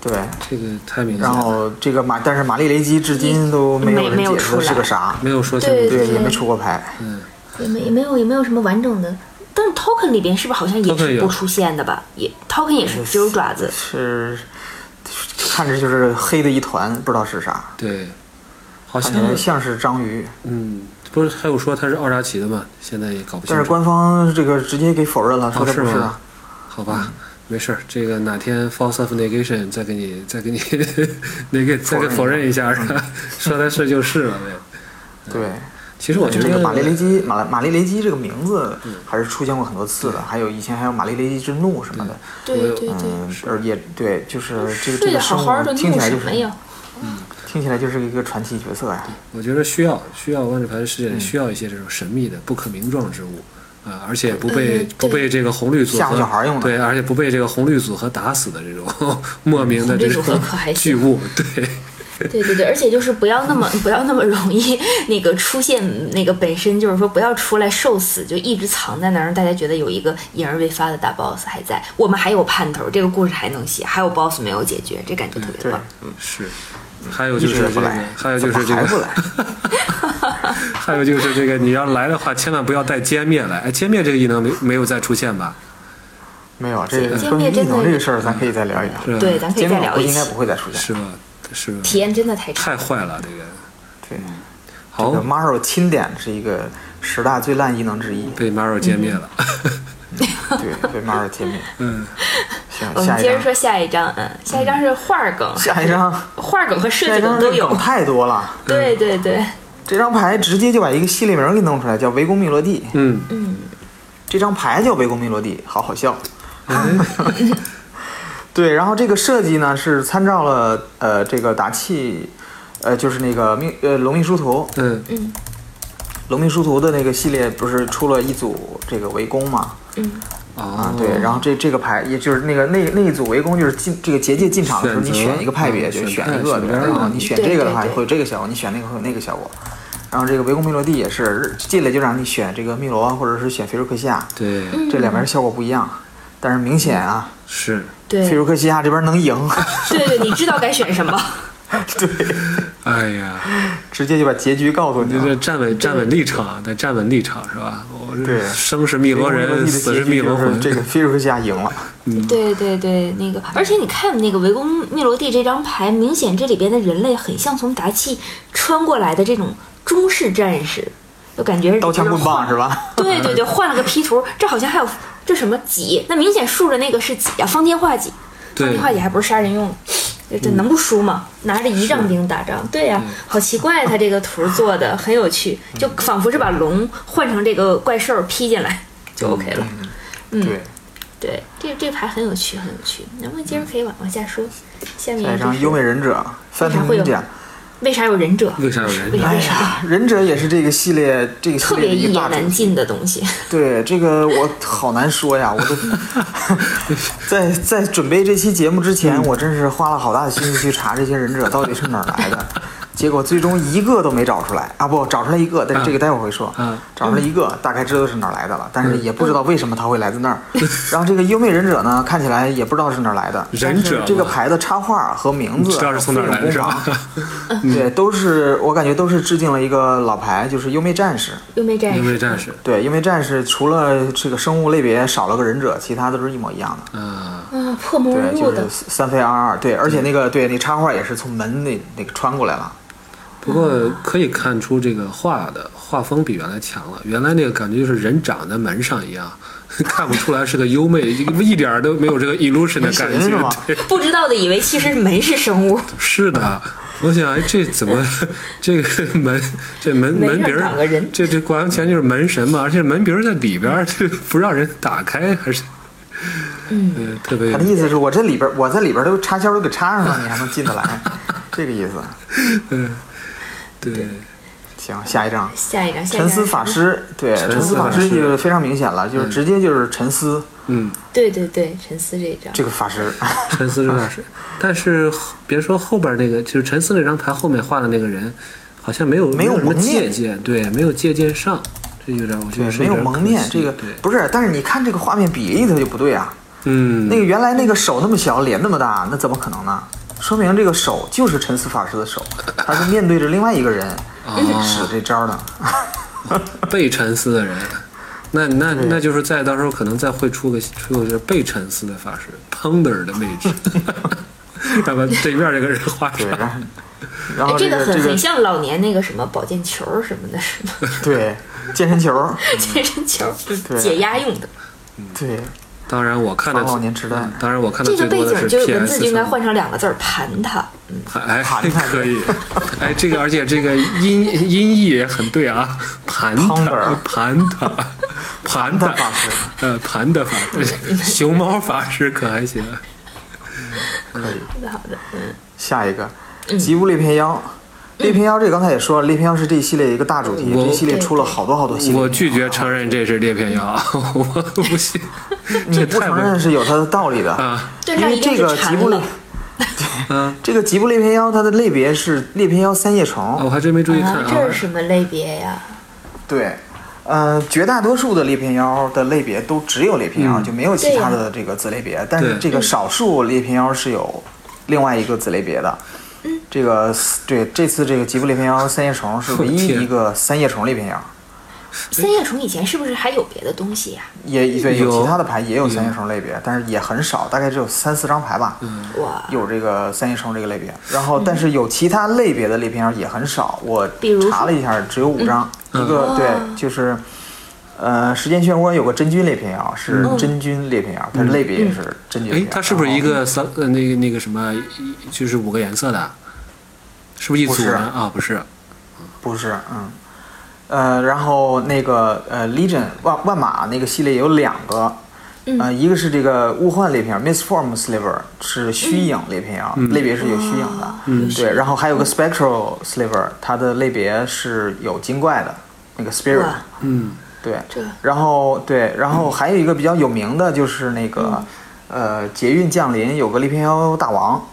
对，
对。
这个太明显
然
了，
后这个玛，但是玛丽雷击至今都没有
没
人
没有
解
出来
释是个啥，
没有说清
对
楚，
对，也没出过牌，
嗯，
也没也没有也没有什么完整的。但是 token 里边是不是好像也
token
是
有
不出现的吧？也 token 也是只有爪子，
是看着就是黑的一团，不知道是啥，
对，好
看
像
起来像是章鱼，
嗯，不是还有说他是奥扎奇的吗？现在也搞不清
但
楚。
是官方这个直接给否认了，说
哦
这
是
不
吗
是啊。
好吧，没事儿，这个哪天 false of negation 再给你再给你 (laughs) 那个再给否认一下，是
嗯
吧？说他是就是了呗。
对，
其实嗯我觉
这
得嗯
个玛丽雷基，玛玛丽雷基这个名字还是出现过很多次的，还有以前还有玛丽雷基之怒什么的，
对
我
对对，
嗯，而也对，就是这个这
睡得
个
好
生
好的
物听
弄
起来
什
就
么
是 (laughs)
呀？
听起来就是一个传奇角色呀。
我觉得需要需要万智牌的世界里
嗯
需要一些这种神秘的、不可名状之物。啊，而且不被
嗯对
不被这个红绿组合
吓唬小孩用的嗯
对，而且不被这个红绿组合打死的这种莫名的这种
红绿组合可还行
巨物，对
对对对，而且就是不要那么 (laughs) 不要那么容易那个出现那个本身就是说不要出来受死，就一直藏在那儿，让大家觉得有一个隐而未发的大 boss 还在，我们还有盼头，这个故事还能写，还有 boss 没有解决，这感觉特别
嗯对
棒。
是。还有就是
一直
这
不
个
来，
还有就
怎么
是这
还不
个 (laughs)
来，
还有就是这个，你要来的话，千万不要带歼灭来。哎，歼灭这个异能没没有再出现吧？
没有这个
见
关于
面
异
真的
能这个事儿，咱可以再聊一聊。
是吧？啊
对，咱可以
见
再
面我
聊
估
一
计应该
期，
不会再出现。
是吧？是吧？
体验真的太差。
太坏了，这个
对，这
好
个 Maro 钦点是一个十大最烂异能之一。
被 Maro 歼灭了。
对，被 Maro 歼灭。
嗯，
行，
我们
啊下一
接着
张，
说下一章，嗯，下一章是画儿梗，
下一张，
画儿梗和设
下
计
一
梗
张
都
这
有
梗。嗯太多了。
对对对，
这张牌直接就把一个系列名给弄出来，叫《围攻密罗地》。
嗯，
这张牌叫《围攻密罗地》，好好笑。 (laughs) 对，然后这个设计呢是参照了呃这个达契，呃就是那个命呃龙命殊途，
嗯，
龙命殊途的那个系列不是出了一组这个围攻嘛？啊
哦，，
对，然后这这个牌也就是那个那那一组围攻就是进这个结界进场的时候，
选
你
择
选一个派别
嗯
就
选
选
派
一个，
选
对，
边儿
然后
的
你选
对
这个的
对
话
对
会有这个效果，你选那个会有那个效果。然后这个围攻密罗地也是进来就让你选这个密罗啊或者是选菲瑞克西亚，
对，
嗯
这两边效果不一样，但是明显啊，
是，
对
菲瑞克西亚这边能赢， (laughs)
对对，你知道该选什么。
哎呀，
直接就把结局告诉你
这
了
这。站稳站稳立场，啊得站稳立场是吧？我
对
这生是密
围
罗
攻密罗
人，
地的
死
结
是密
局就
罗
是
魂。
这个菲瑞克西亚
(laughs)
赢了，
对对对，那个，而且你看那个围攻密罗地这张牌，明显这里边的人类很像从达契穿过来的这种中式战士，就感觉是
刀枪棍棒是
吧？
吧？
对对对，换了个 P 图，这好像还有这什么戟，那明显竖着那个是戟啊，方天画戟，方
对
天画戟还不是杀人用的。这
嗯
这能不输吗？拿着仪仗兵打仗，对呀、好奇怪，他这个图做的很有趣，
嗯
就仿佛是把龙换成这个怪兽劈进来就 OK 了。嗯
对，
对，这这牌很有趣，很有趣。咱们接着可以往往下说。下面
下一
就
张
是
优美忍者，翻腾
会有
忍者。
为啥有忍者？
为啥有忍者
为啥
哎
为啥
呀，忍者也是这个系列这个系
特
列
别
的
一
一个
言
大主
难
题。
尽的东 (laughs) 西。
对，这个我好难说
(laughs)
呀，我都在在准备这期节目之
嗯
前，我真是花了好大的心思去查这些忍者到底是哪儿
(laughs)
来的，结果最终一个都没找出来啊！不，找出来一个，但是这个待会儿会说
嗯，
找出来一个，大概知道是哪儿来的了，但是也不知道为什么它会来自那儿。
嗯
(laughs) 然后这个优美忍者呢，看起来也不知道是哪儿来的，但
忍者
是这个
嘛
牌的插画和名字
知道是从哪儿来的是吧？
对，都是我感觉都是致敬了一个老牌，就是《优美战士》。
又没战
因为
士，
战士，
对，《优美战士》除了这个生物类别少了个忍者，其他都是一模一样的。
啊，
嗯，破魔
对，
人物
就
的
是三飞二二。对，而且那个对那插画也是从门那那个穿过来了。
不过可以看出这个画的画风比原来强了，原来那个感觉就是人长在门上一样， (laughs) 看不出来是个优美，一点儿都没有这个 illusion 的感
神是吗
觉。对，
不知道的以为其实门是生物，
(laughs) 是的，我想哎，这怎么 (laughs) 这个门这门
门上
门鼻
长个
儿
人，
这这完全就是门神嘛，而且门鼻儿在里边儿， (laughs) 这不让人打开，还是嗯、呃特别
他的意思是我这里边，我这里边都插销都给插上了，你还能进得来，这个意思。
嗯、对。
行，下一张，
下一张，下一
沉
张
思法，师，对，沉
思
思
法
法
师
师就是非常明显了，就是直接就是沉思
嗯，
对对对，沉思这一张，
这个法师，
沉思这大
啊
师，但是后别说后边那个，就是沉思那张牌后面画的那个人，好像没有
没有
什么
蒙
借
面
鉴，对，没有借鉴上，这有点我觉
对
得，是
(laughs) 没有
点
蒙
可
面
惜，
这个
对，
不是，但是你看这个画面比例它就不对啊，
嗯，
那个原来那个手那么小，脸那么大，那怎么可能呢？说明这个手就是沉思法师的手，他是面对着另外一个人
哦
使这招的。
被沉思的人，那那那就是再到时候可能再会出个出个就是被沉思的法师 ponder 的位
(laughs)
置，要把对面这个人画 (laughs)
对，
上。
然后然
哎
后，
这个
个
很
哦这
很
个
像老年那个什么保健球儿什么的，是吗？
对健身球，
健身球儿 (laughs)
对
解压用的，
对
当然我看的
防老年痴呆
嗯当然我看的
这个背
最多
景
的是
就是文字
PS
就应该
上
换成两个字儿“盘它”。嗯，
哎，还
(laughs) 盘它
可以，哎，这个而且这个音音译也很对啊，盘它
Ponder
(laughs) 盘它盘它
法师，
(laughs) 呃，盘的法师，熊猫法师可还行，
可以。
好的好的，嗯，
下一个，吉布猎偏妖。猎偏妖这个刚才也说了，猎偏妖是这一系列一个大主题，
我
这一系列出了好多好多系列。
我拒绝承认这是裂片药， (laughs) 我不信，
你
这
不
太
承
没
认是有它的道理的，
啊，
对，
因
那
为
一定
这
是
个吉
馋
布
了
猎。，
嗯，
这个吉布猎偏妖它的类别是猎偏妖三叶虫。
我还真没注意看
啊，
啊
这是，什么类别呀？
对，呃，绝大多数的猎偏妖的类别都只有猎偏妖，
嗯
就没有其他
对
的这个子类别。但是
对
这个少数猎偏妖是有另外一个子类别的。这个对这次这个吉布猎偏妖三叶虫是唯一
天
一个三叶虫猎偏妖，
三叶虫以前是不是还有别的东西呀？
也对
有
有其他的牌也有三叶虫类别，但是也很少，大概只有三四张牌吧。
嗯
哇，
有这个三叶虫这个类别，然后但是有其他类别的猎偏妖也很少，我
比如说
查了一下，只有五张，
嗯
一个
嗯
对
哦
就是。呃，时间漩涡有个真菌猎偏妖，是
嗯
真菌猎偏妖，它类别也是真菌。
哎，它是不是一？个三呃那个那个什么，一就是五个颜色的，是不是一
不
组
是
呢？啊，不是，
不是，嗯，呃，然后那个呃，Legion 万万马那个系列有两个，
嗯
呃，一个是这个物换猎偏妖 Misform Sliver 是虚影猎偏妖，
嗯
类别是有虚影的，
嗯
对，然后还有个 Spectral Sliver，它的类别是有精怪的，那个 Spirit，
哇
嗯，
对
这，
然后对，然后还有一个比较有名的就是那
嗯
个，呃，劫运降临有个猎偏妖大王，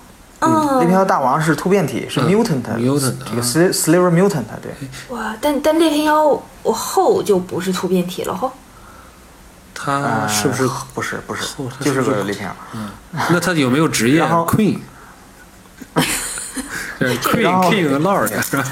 猎偏
哦，
妖大王是突变体，是
嗯
Mutant，
mutant，嗯
这个 Sli- Sliver Mutant，对，
哇，但但裂片妖我后就不是突变体了，后
它
呃
是不嗯是？
(laughs) 不是不是
后，它
就是是
不是
个猎偏妖。
那他有没有职业
然后
？Queen，呃
然
，Queen
后
King Lord 是吧？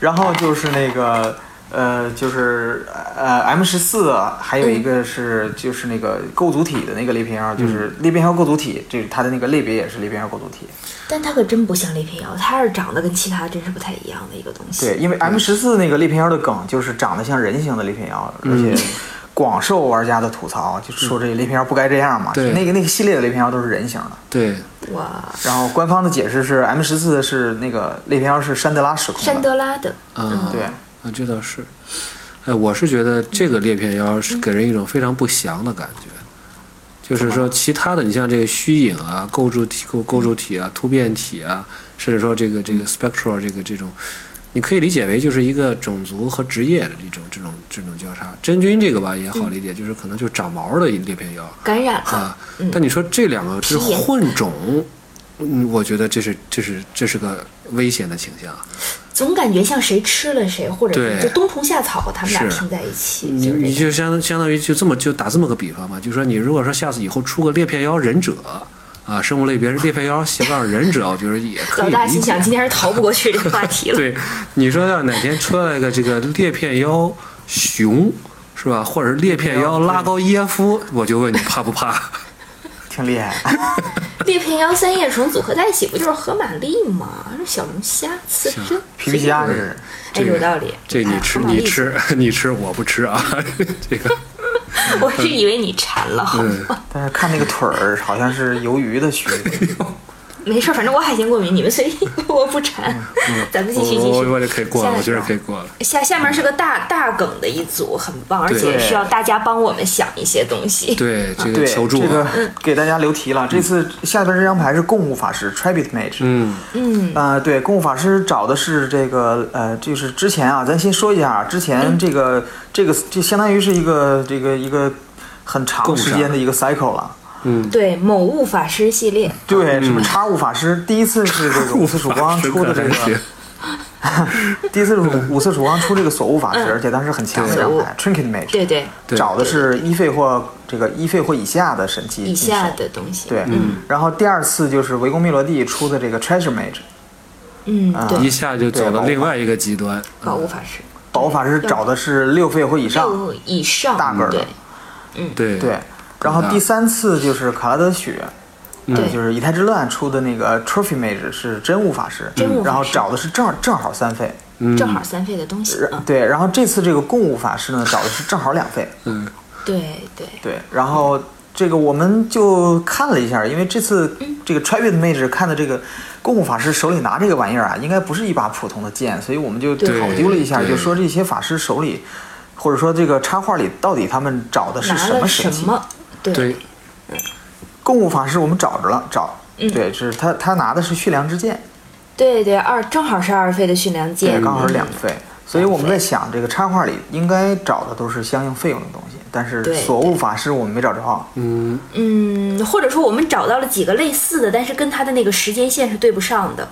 然后就是那个呃，就是呃 M 十四，还有一个是就是那个构组体的那个裂片妖，就是
嗯
裂片妖构组体，这是它的那个类别也是裂片妖构组体。
但它可真不像裂片妖，它是长得跟其他真是不太一样的一个东西。
对，，因为 M 十四那个裂片妖的梗就是长得像人形的裂片妖，而且
嗯
广受玩家的吐槽，就说这裂片妖不该这样嘛。
对
那个那个系列的裂片妖都是人形的。
对，
哇，
然后官方的解释是 M 十四是那个裂片妖是山德拉时空的。
山德拉的，
啊，
对，
啊，这倒是。哎，我是觉得这个裂片妖是给人一种非常不祥的感觉，就是说其他的，你像这个虚影啊、构筑体、构构筑体啊、突变体啊，甚至说这个这个 spectral 这个这种，你可以理解为就是一个种族和职业的这种这种这种交叉。真菌这个吧也好理解，就是可能就是长毛的一裂片妖
感染了，
啊。但你说这两个是
皮炎
混种，嗯，我觉得这是这是这是个危险的倾向。
总感觉像谁吃了谁，或者
对
就冬虫夏草，他们俩
是
拼在一起，
你
就是
你
这个
就相当相当于就这么就打这么个比方嘛，就说你如果说下次以后出个裂片妖忍者啊，生物类别是裂片妖斜杠忍者，我觉得也可
老
以
大
理
心
解
想，。今天是逃不过去这个话题了。
(laughs) 对，你说要哪天出来个这个裂片妖熊是吧，或者
嗯
是裂片妖拉高耶夫，我就问你怕不怕？
挺厉害。
绿瓶腰三叶虫组合在一起不就是河马力吗？这小龙虾、刺身、
皮皮虾是，
哎，有道理。
这你
哎
吃
河马
你
力
吃你吃我不吃啊，这个
(laughs) 我是以为你馋了，
嗯
但是看那个腿儿好像是鱿鱼的须，
没事儿，反正我海鲜过敏，你们随意， (laughs) 我不馋。咱们继续
我
继续
嗯我，我这可以过了，
下
我觉得可以过了。
下下面是个大大梗的一组，很棒，而
对
且是要大家帮我们想一些东西。
对，这个
(laughs) 对，嗯
求助
这个
啊，
给大家留题了。这次下边这张牌是共舞法师 Tribute Mage，
嗯，
嗯
啊、对，共法师找的是这个，呃，就是之前啊，咱先说一下啊，之前这个、这个这相当于是一个这个一个很长
共
时
杀
间的一个 cycle 了。
对，某物法师系列，
对，什么叉物法师，第一次是这个五次曙光出的这
真是
个，第一次是五五次曙光出这个锁物法师，而且当时很强的
对
两牌 Trinket Mage，
对对，
对
找的是一费或这个一费或以下的神器
以
进手，
下的东西。嗯
对，然后第二次就是围攻密罗地出的这个 Treasure Mage，
嗯，
(laughs) 一
对，
下就走到另外一个极端。
宝物法师
宝物法师找的是六费或以上，
六以上，
大个儿的
对
对
对，然后
大
第三次就是卡拉德雪，
嗯
对
就是以太之乱出的那个 Trophy Mage 是真物法师，
真物法师
然后找的是正正好三费，
嗯
正好三费的东西
然
啊，
对，然后这次这个共物法师呢找的是正好两费，
嗯，
对对，
对，然后这个我们就看了一下，因为这次
嗯
这个 Tribute Mage 看的这个共物法师手里拿这个玩意儿啊，应该不是一把普通的剑，所以我们就
对
考究了一下，
对
就说这些法师手里。或者说，这个插画里到底他们找的是
拿
什么
了
神
什
器？
么？
对，
共物法师我们找着了，找，
嗯
对，这是他他拿的是蓄粮之剑，
对对，二正好是二费的驯良
也
剑，
刚好是两费，所以我们在想这个插画里应该找的都是相应费用的东西，但是
对
所悟法师我们没找着，啊
嗯，
嗯，或者说我们找到了几个类似的，但是跟它的那个时间线是对不上的。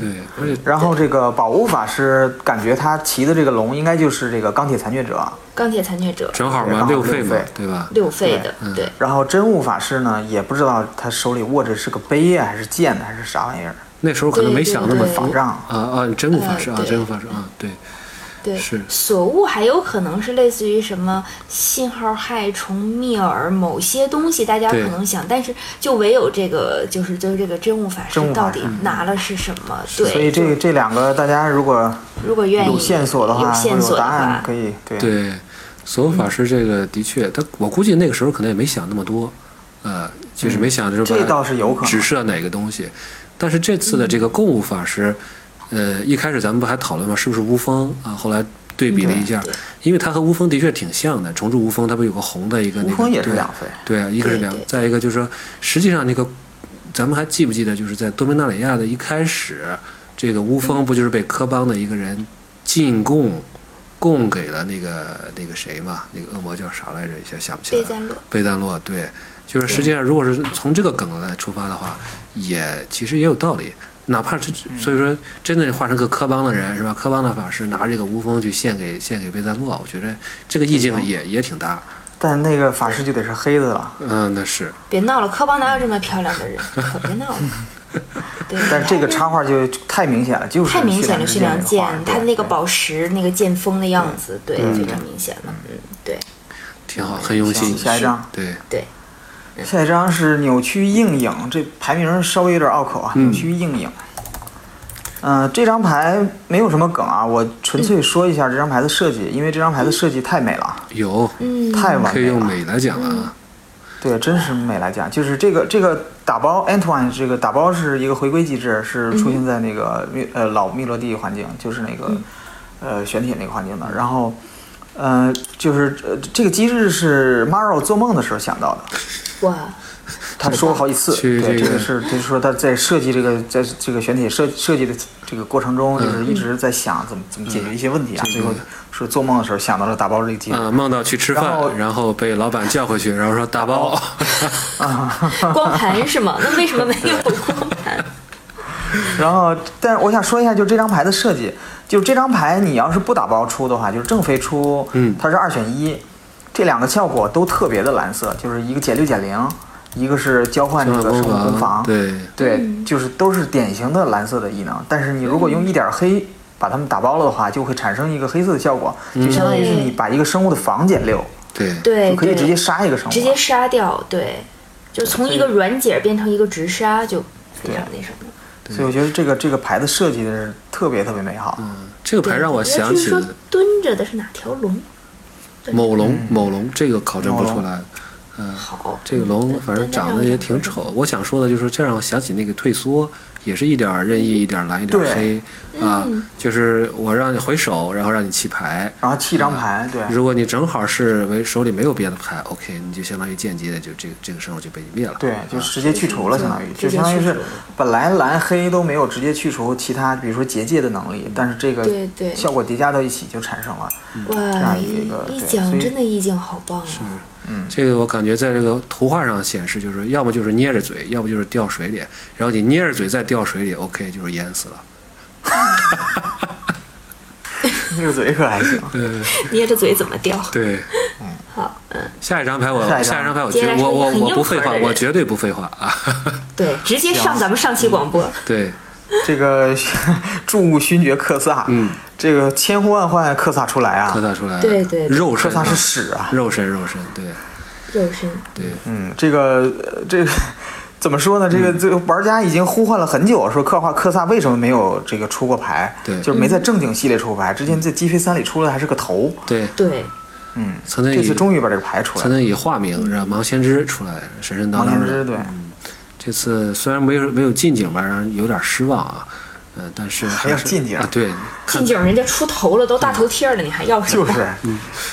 对，而且
然后这个宝物法师感觉他骑的这个龙应该就是这个钢铁残虐者，
钢铁残虐者
正好嘛，
对
六费嘛
六费，
对吧？
六费的，对
然后真悟法师呢也不知道他手里握着是个杯呀还是剑啊呢还是啥玩意儿，
那时候可能没想那么
对
复
法
杂
杖
啊啊，真无法师
呃
啊，
对
真无法师啊，对，
对，
是
所悟还有可能是类似于什么信号害虫、密饵某些东西，大家可
对
能想，但是就唯有这个就是就是这个真悟法师
真悟
到
法师嗯
底拿了是什么？
所
对，
以这这两个大家如果
如果愿意
有线索的话，
有
或者
线
有
索的
答案
话，
可以对
对，所有法师这个的确，他我估计那个时候可能也没想那么多，呃，就是没想着说
嗯这倒是有可能
指涉哪个东西。但是这次的这个购物法师，呃，一开始咱们不还讨论吗？是不是无风啊？后来对比了一
嗯
下，因为它和无风的确挺像的，重铸无风它不有个红的一个、那
无
个，
风也是
对
两费，
对啊，一个是两
对对，
再一个就是说，实际上那个，咱们还记不记得，就是在多明纳里亚的一开始，这个乌
嗯
峰不就是被科邦的一个人进贡，供给了那个那个谁嘛，那个恶魔叫啥来着？一下想不起来
贝
了。
赞洛，
贝赞洛，对，就是实际上，如果是从这个梗来出发的话，也其实也有道理。哪怕是
嗯
所以说，真的化成个科邦的人是吧？科邦的法师拿这个乌风去献给献给贝赞洛，我觉得这个意境也也挺搭。
但那个法师就得是黑的了。
嗯，那是。
别闹了，科邦哪有这么漂亮的人？可别闹了。对，
但是这个插画就太明显了，就是
太明显了，
驯
驯
良
良
之剑
剑
那个画，
它
对
那个宝石那个剑锋的样子，对，非常明显了。嗯，对
挺好，很用
嗯行
心。
下一张，
对，
对，
下一张是扭曲硬影，这排名稍微有点拗口啊。扭曲硬影，嗯、这张牌没有什么梗啊，我纯粹说一下这张牌的设计，因为这张牌的设计太美了，
有
嗯，
太完
可
美
以用
了。
美来讲啊，
对，真是美来讲，就是这个这个打包 Antoine 这个打包是一个回归机制，是出现在那个密呃老密罗地环境，就是那个呃玄铁那个环境的。然后呃，就是呃这个机制是 Maro 做梦的时候想到的，
哇，
他说过好几次，
去
对
这
这
个
个是，就是说他在设计这个在这个选体设设计的这个过程中，
嗯
就是一直在想怎么怎么解决一些问题啊。最后是做梦的时候想到了打包这个机制
啊，梦到去吃
嗯然后
饭，然后被老板叫回去，然后说打包，
光盘是吗？那为什么没
(laughs)
有光盘？
然后，但是我想说一下，就这张牌的设计，就是这张牌你要是不打包出的话，就是正非出，
嗯
它是二选一，这两个效果都特别的蓝色，就是一个减六减零，一个是交
(laughs)
换这个
攻
守护攻防，
对，
对，
嗯
就是都是典型的蓝色的异能，但是你如果用一点黑把它们打包了的话，就会产生一个黑色的效果，就相当于是你把一个生物的防减六，
对，
对，
就可以
对
直接杀一个生物。
直接杀掉，对，就从一个软姐变成一个直杀，就非常那什么。
所以我觉得这个这个牌的设计是特别特别美好。
嗯，这个牌让我想
是
起
说蹲着的是哪条龙？
某龙，
嗯
某龙，这个考证不出来。嗯，
好，
这个龙反正长得也挺丑。我想说的就是，这让我想起那个退缩，也是一点儿任意，一点儿蓝，一点儿黑啊，就是我让你回手，然后让你弃牌。
然后七张牌，对，
如果你正好是为手里没有别的牌，OK，你就相当于间接的就这个这个生物就被你灭了。
对，就直接去除了，相当于
嗯直接
就相当于
去除
是
了
本来蓝黑都没有直接去除其他，比如说结界的能力，但是这个
对对
效果叠加到一起就产生了。 (laughs)
哇，
样一
一
个
一
对所
讲
以
真的意境好棒啊！
这个我感觉在这个图画上显示，就是要么就是捏着嘴，要么就是掉水里。然后你捏着嘴再掉水里，OK，就是淹死了。
那个嘴可还行，
嗯，
捏着嘴怎么掉？
对。
好，嗯，
下一张牌我
下一张
下一张牌我
接下
绝
来
我
是一个很
我我
硬
不废
核
话，
的
我
人
绝对不废话啊！
对，直接上咱们上期广
嗯
播。
对，
这个 (laughs) 众目勋爵克萨，
嗯，
这个千呼万唤克萨出来啊
特，萨出来了，
对对对
肉
克
身
萨
啊
是屎啊，
肉身肉身，对
肉身，
对，
嗯，这个呃这个怎么说呢？这个
嗯
这个玩家已经呼唤了很久，说刻画克萨为什么没有这个出过牌？
对
就是
嗯
没在正经系列出过牌。之前在 G P 三里出了还是个头，
对，
对，
嗯，
曾经
这
以
次终于把这个牌出来
曾
了。
经以化名让盲先知出来，神神叨
王天
叨
之
的。
对，
这次虽然没有没有近景吧，让人有点失望啊，嗯，但是还
要
是
近景
啊，对，
近景人家出头了，都
嗯
大头贴了，你还要什
就
么？
是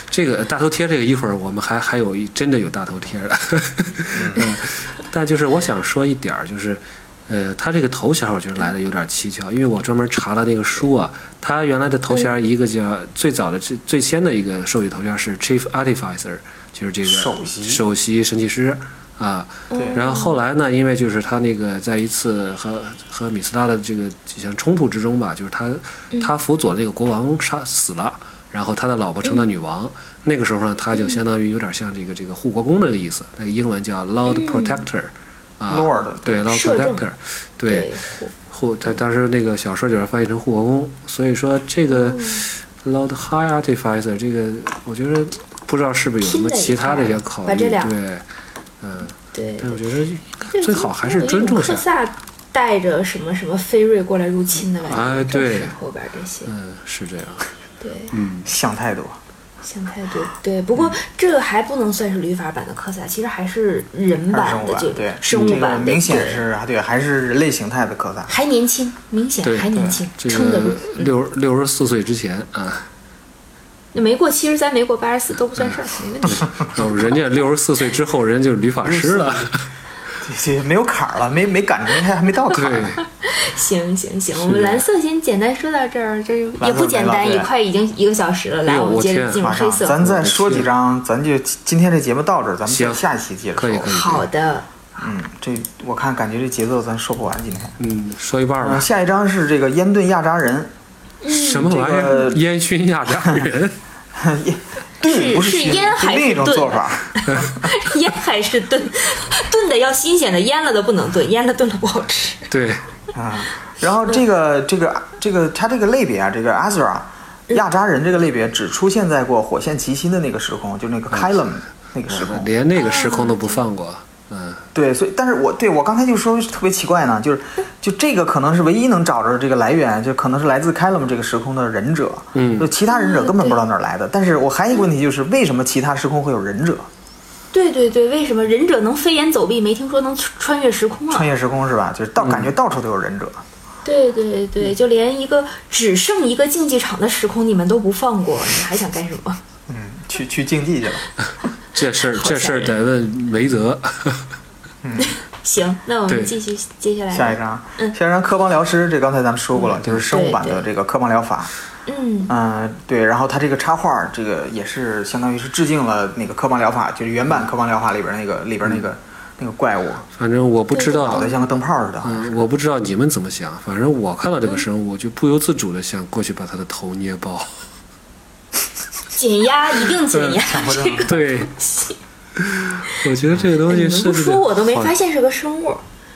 这个大头贴，这个一会儿我们还还有一真的有大头贴的， (laughs) 嗯，但就是我想说一点儿，就是，呃，他这个头衔我觉得来的有点蹊跷，因为我专门查了那个书啊，他原来的头衔一个叫最早的最最先的一个授予头衔是 Chief Artificer，就是这个
首席
首席神器师啊，
对
然后后来呢，因为就是他那个在一次和和米斯拉的这个几项冲突之中吧，就是他
嗯
他辅佐那个国王杀死了，然后他的老婆
嗯
成了女王。那个时候呢，他就相当于有点像这个这个护国公的意思，那个英文叫 Lord Protector，、啊
(laughs) Lord
对 Lord
嗯摄政
Protector，对，护他当时那个小说里边翻译成护国公，所以说这个
嗯
Lord High Artificer 这个，我觉得不知道是不是有什么
拼在一
其他的一
块
些
儿
考
把
虑，
这俩
对。嗯，
对，
但我觉得最好还是尊重一下
克。萨带着什么什么飞瑞过来入侵的感觉，
哎对
就是后边这些，
嗯，是这样。
对，
想太多。
想太多。对，不
嗯
过这个还不能算是旅法版的克萨，其实还是人
二生
版
物
的
版
这
对嗯
个，生物版的，
明显
对
是啊，对，还是人类形态的克萨。
还年轻，明显
对
还年轻，
这
撑得住
个。六六十四岁之前啊，
没过七十三，没过八十四都不算事儿，
嗯
没问
(laughs)
题。
然后哦人家六十四岁之后，人家就是理发师了。
这这没有坎儿了，没没赶上，还没到坎
对
儿。，
行行行，我们蓝色先简单说到这儿，这也
蓝色
不简
没
单，
了
也
对
快已经一个小时了。来，
哎呦
我们
我
接着
天
进入
马上
黑，色。
咱再说几张，咱就今天这节目到这儿，咱
行
们下一期接着
可以可以
说。
好
(laughs)
的，
嗯，这我看感觉这节奏咱说不完今天。
嗯，说一半儿
嗯，
吧。
下一张是这个烟顿亚扎人， (laughs)
什么玩意儿
嗯这？个
烟熏亚扎
(laughs)
人？
烟顿不
是
熏
烟
是
还
另
是
一种
炖 (laughs)
做法。
腌还是炖，炖的要新鲜的，腌了都不能炖，腌了炖了不好吃。
对，
啊。然后这个这个这个它这个类别啊，这个 Azra
嗯
亚扎人这个类别只出现在过《火线奇心》的那个时空，就那个
嗯
Kylum 那个时空。
连那个时空都不放过。嗯，
对，所以但是我对我刚才就说特别奇怪呢，就是就这个可能是唯一能找着这个来源，就可能是来自 Kylum 这个时空的忍者，
嗯
就其他忍者根本不知道哪儿来的。但是我还有一个问题就是，为什么其他时空会有忍者
对对对，为什么忍者能飞檐走壁？没听说能穿越时空啊
穿？越时空是吧？就是到感觉到处都有忍者。
对对
嗯
对，就连一个只剩一个竞技场的时空，你们都不放过，你还想干什么？ (laughs)
嗯，去去竞技去了。
这事儿
好吓
这
人
事儿得问梅泽。
行，那我
对
们继续接下来。
下一张，下一张科邦疗师，这刚才咱们说过了，就是生物版的这个科邦疗法。
嗯，
嗯、对，然后它这个插画，这个也是相当于是致敬了那个科邦疗法，就是原版科邦疗法里边那个里边那个那个怪物，
反正我不知
搞
道
得，像个灯泡似的。
嗯，我不知道你们怎么想。反正我看到这个生物，我就不由自主的想过去把他的头捏爆。
减压一定减压。
强迫症，
对，我觉得这个东
啊哎你们
西设
不
计
说我都没
的好
发现是个生物。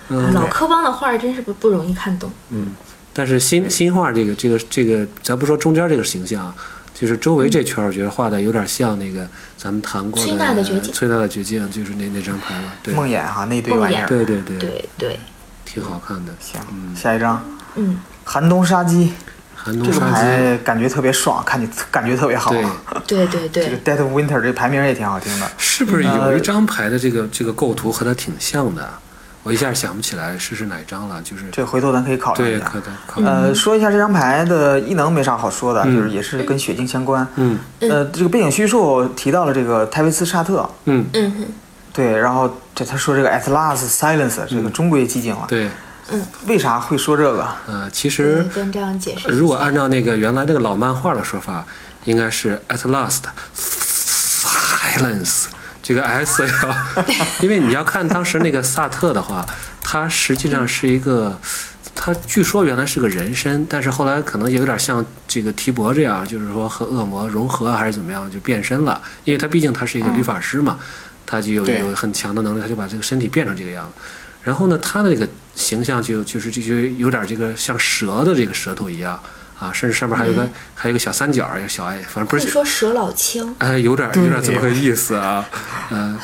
嗯
老科邦的画儿真是不不容易看懂。
嗯，但是新新画这个这个这个，咱不说中间这个形象啊，就是周围这圈儿，我觉得画的有点像那个咱们谈过的
崔娜的绝境
崔娜的绝境就是那那张牌嘛，对
梦魇哈那堆
梦
玩意
魇
儿。
对对对，
对对，
挺好看的。
行，下一张，
嗯，
寒冬杀机，
寒冬
这个
杀机，
牌感觉特别爽，看你感觉特别好。啊
对，
对对
这个
对，
Dead of Winter 这排名也挺好听的。
是不是
呃
有一张牌的这个这个构图和它挺像的？我一下想不起来是是哪张了，就是
这回头咱可以考量
对，
一下。
可能可能
呃，
嗯
说一下这张牌的异能没啥好说的，就是也是跟血晶相关。
嗯
呃，这个背景叙述提到了这个泰维斯沙特，
嗯，
嗯哼，
对，然后这他说这个 At Last Silence 这个终归寂静了。
嗯对，
为啥会说这个？
呃，其实
嗯跟这样解释一下，
如果啊按照那个原来那个老漫画的说法，应该是 at last silence 这个 s 呀，因为你要看当时那个萨特的话，他实际上是一个，他据说原来是个人身，但是后来可能也有点像这个提伯这样，就是说和恶魔融合啊还是怎么样，就变身了，因为他毕竟他是一个律法师嘛，他就有
对
有很强的能力，他就把这个身体变成这个样子。然后呢，他的这个形象就就是就就有点这个像蛇的这个舌头一样啊，甚至上面还有个、还有个小三角，一个小爱，反正不
会
是
说蛇老青，
哎，有点有点这么个意思啊，嗯、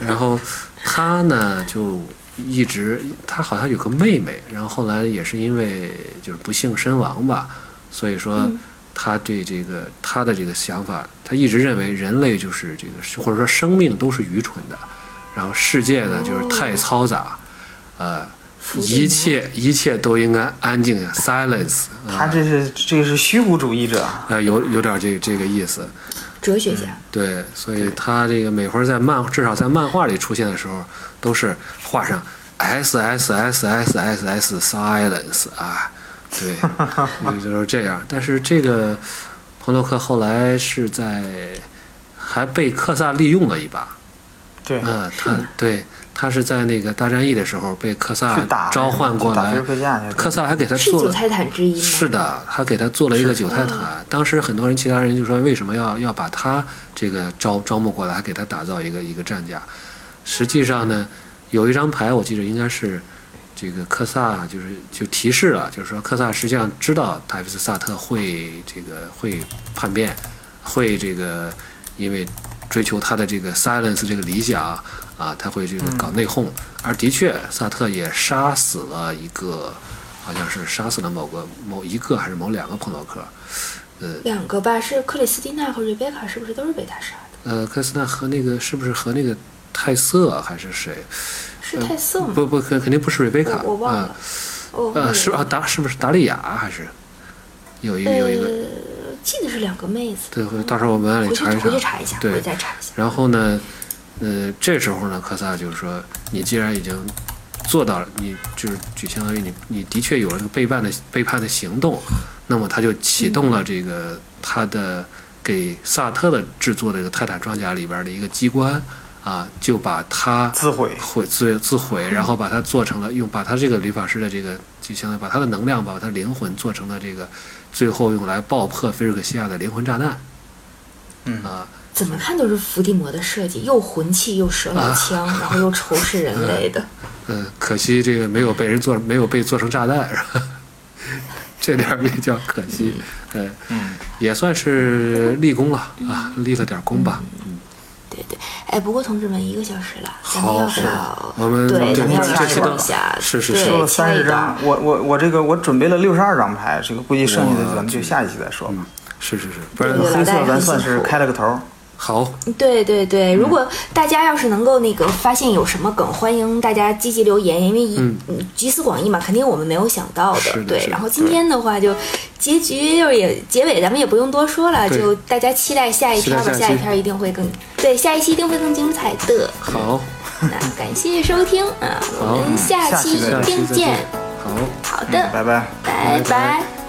然后他呢就一直他好像有个妹妹，然后后来也是因为就是不幸身亡吧，所以说他对这个他的这个想法，他一直认为人类就是这个或者说生命都是愚蠢的，然后世界呢就是太嘈杂，呃，一切一切都应该安静呀，silence
他
啊、
这是这是虚无主义者，
呃，有有点这这个意思。
哲学家，
对，所以他这个每回在漫，至少在漫画里出现的时候，都是画上 S S S S S S silence 啊，
(laughs)
对，就是这样。但是这个彭洛克后来是在还被克萨利用了一把，
对，
嗯、他对他是在那个大战役的时候被克萨
去打
召唤过
打
来
菲尔克西亚去了，
克萨还给他
是
做
九
了
泰坦之一吗？嗯
是的，他给他做了一个九泰塔。当时很多人，其他人就说为什么要要把他这个招招募过来，还给他打造一个一个战甲？实际上呢，有一张牌我记得应该是这个克萨，就是就提示了，就是说克萨实际上知道泰菲斯萨特会这个会叛变，会这个因为追求他的这个 silence 这个理想啊，他会这个搞内讧。而的确，萨特也杀死了一个，好像是杀死了某个某一个还是某两个彭洛克。嗯
两个吧，是克里斯蒂娜和瑞贝卡，是不是都是被他杀的？
呃，科斯纳和那个是不是和那个泰瑟还是谁？
是泰瑟吗？
嗯不不，肯肯定不是瑞贝卡
我我忘
啊
了。。哦，
呃，是啊，达是不是达利亚还是有一个有一个？
呃，记得是两个妹子。
对，回到时候我们按里
回去
查一查。
回去查一下，
对
回去再查一下。
然后呢，呃，这时候呢，科萨就是说，你既然已经做到了，你就是就相当于你你的确有了这个背叛的背叛的行动，那么他就启动了这个、他的给萨特的制作的这个泰坦装甲里边的一个机关啊，就把他
自毁。
毁自自毁，然后把它做成了用把他这个理发师的这个就相当于把他的能量把他灵魂做成了这个，最后用来爆破菲尔克西亚的灵魂炸弹。
嗯
啊，
怎么看都是伏地魔的设计，又魂器又蛇老
(laughs)
枪，
啊
然后又仇视人类的。
嗯，可惜这个没有被人做，没有被做成炸弹， (laughs) 是吧？这点儿比较可惜，嗯，
嗯，
也算是立功了啊，立了点儿功吧。
对对，哎，不过同志们，一个小时了，咱们
好
要
是
不要？
我们
对，
对
咱们要
这
不要
期都
一下？
是是
对
是
说了
下
三
一
十张，我我我这个我准备了六十二张牌，这个估计剩下的
哇
咱们就下一期再说吧。
是是是，不
对
然
老
这个黑
大
色
也
咱
很
算
辛
是
苦
开了个头儿。
好，
对对对，
嗯
如果大家要是能够那个发现有什么梗，欢迎大家积极留言，因为一
嗯
嗯集思广益嘛，肯定我们没有想到
是的是
对，
的
然后今天的话就结局就是也结尾，咱们也不用多说了，
对
就大家期待下一
期
篇
待
吧，下
下一期
一篇一定会更对，下一期一定会更精彩的。
好，
那感谢收听啊，我
好
们下
下
期
期再
一
下期
定
再
见
见。，好。
好
嗯
的，
拜拜。
拜
拜拜
拜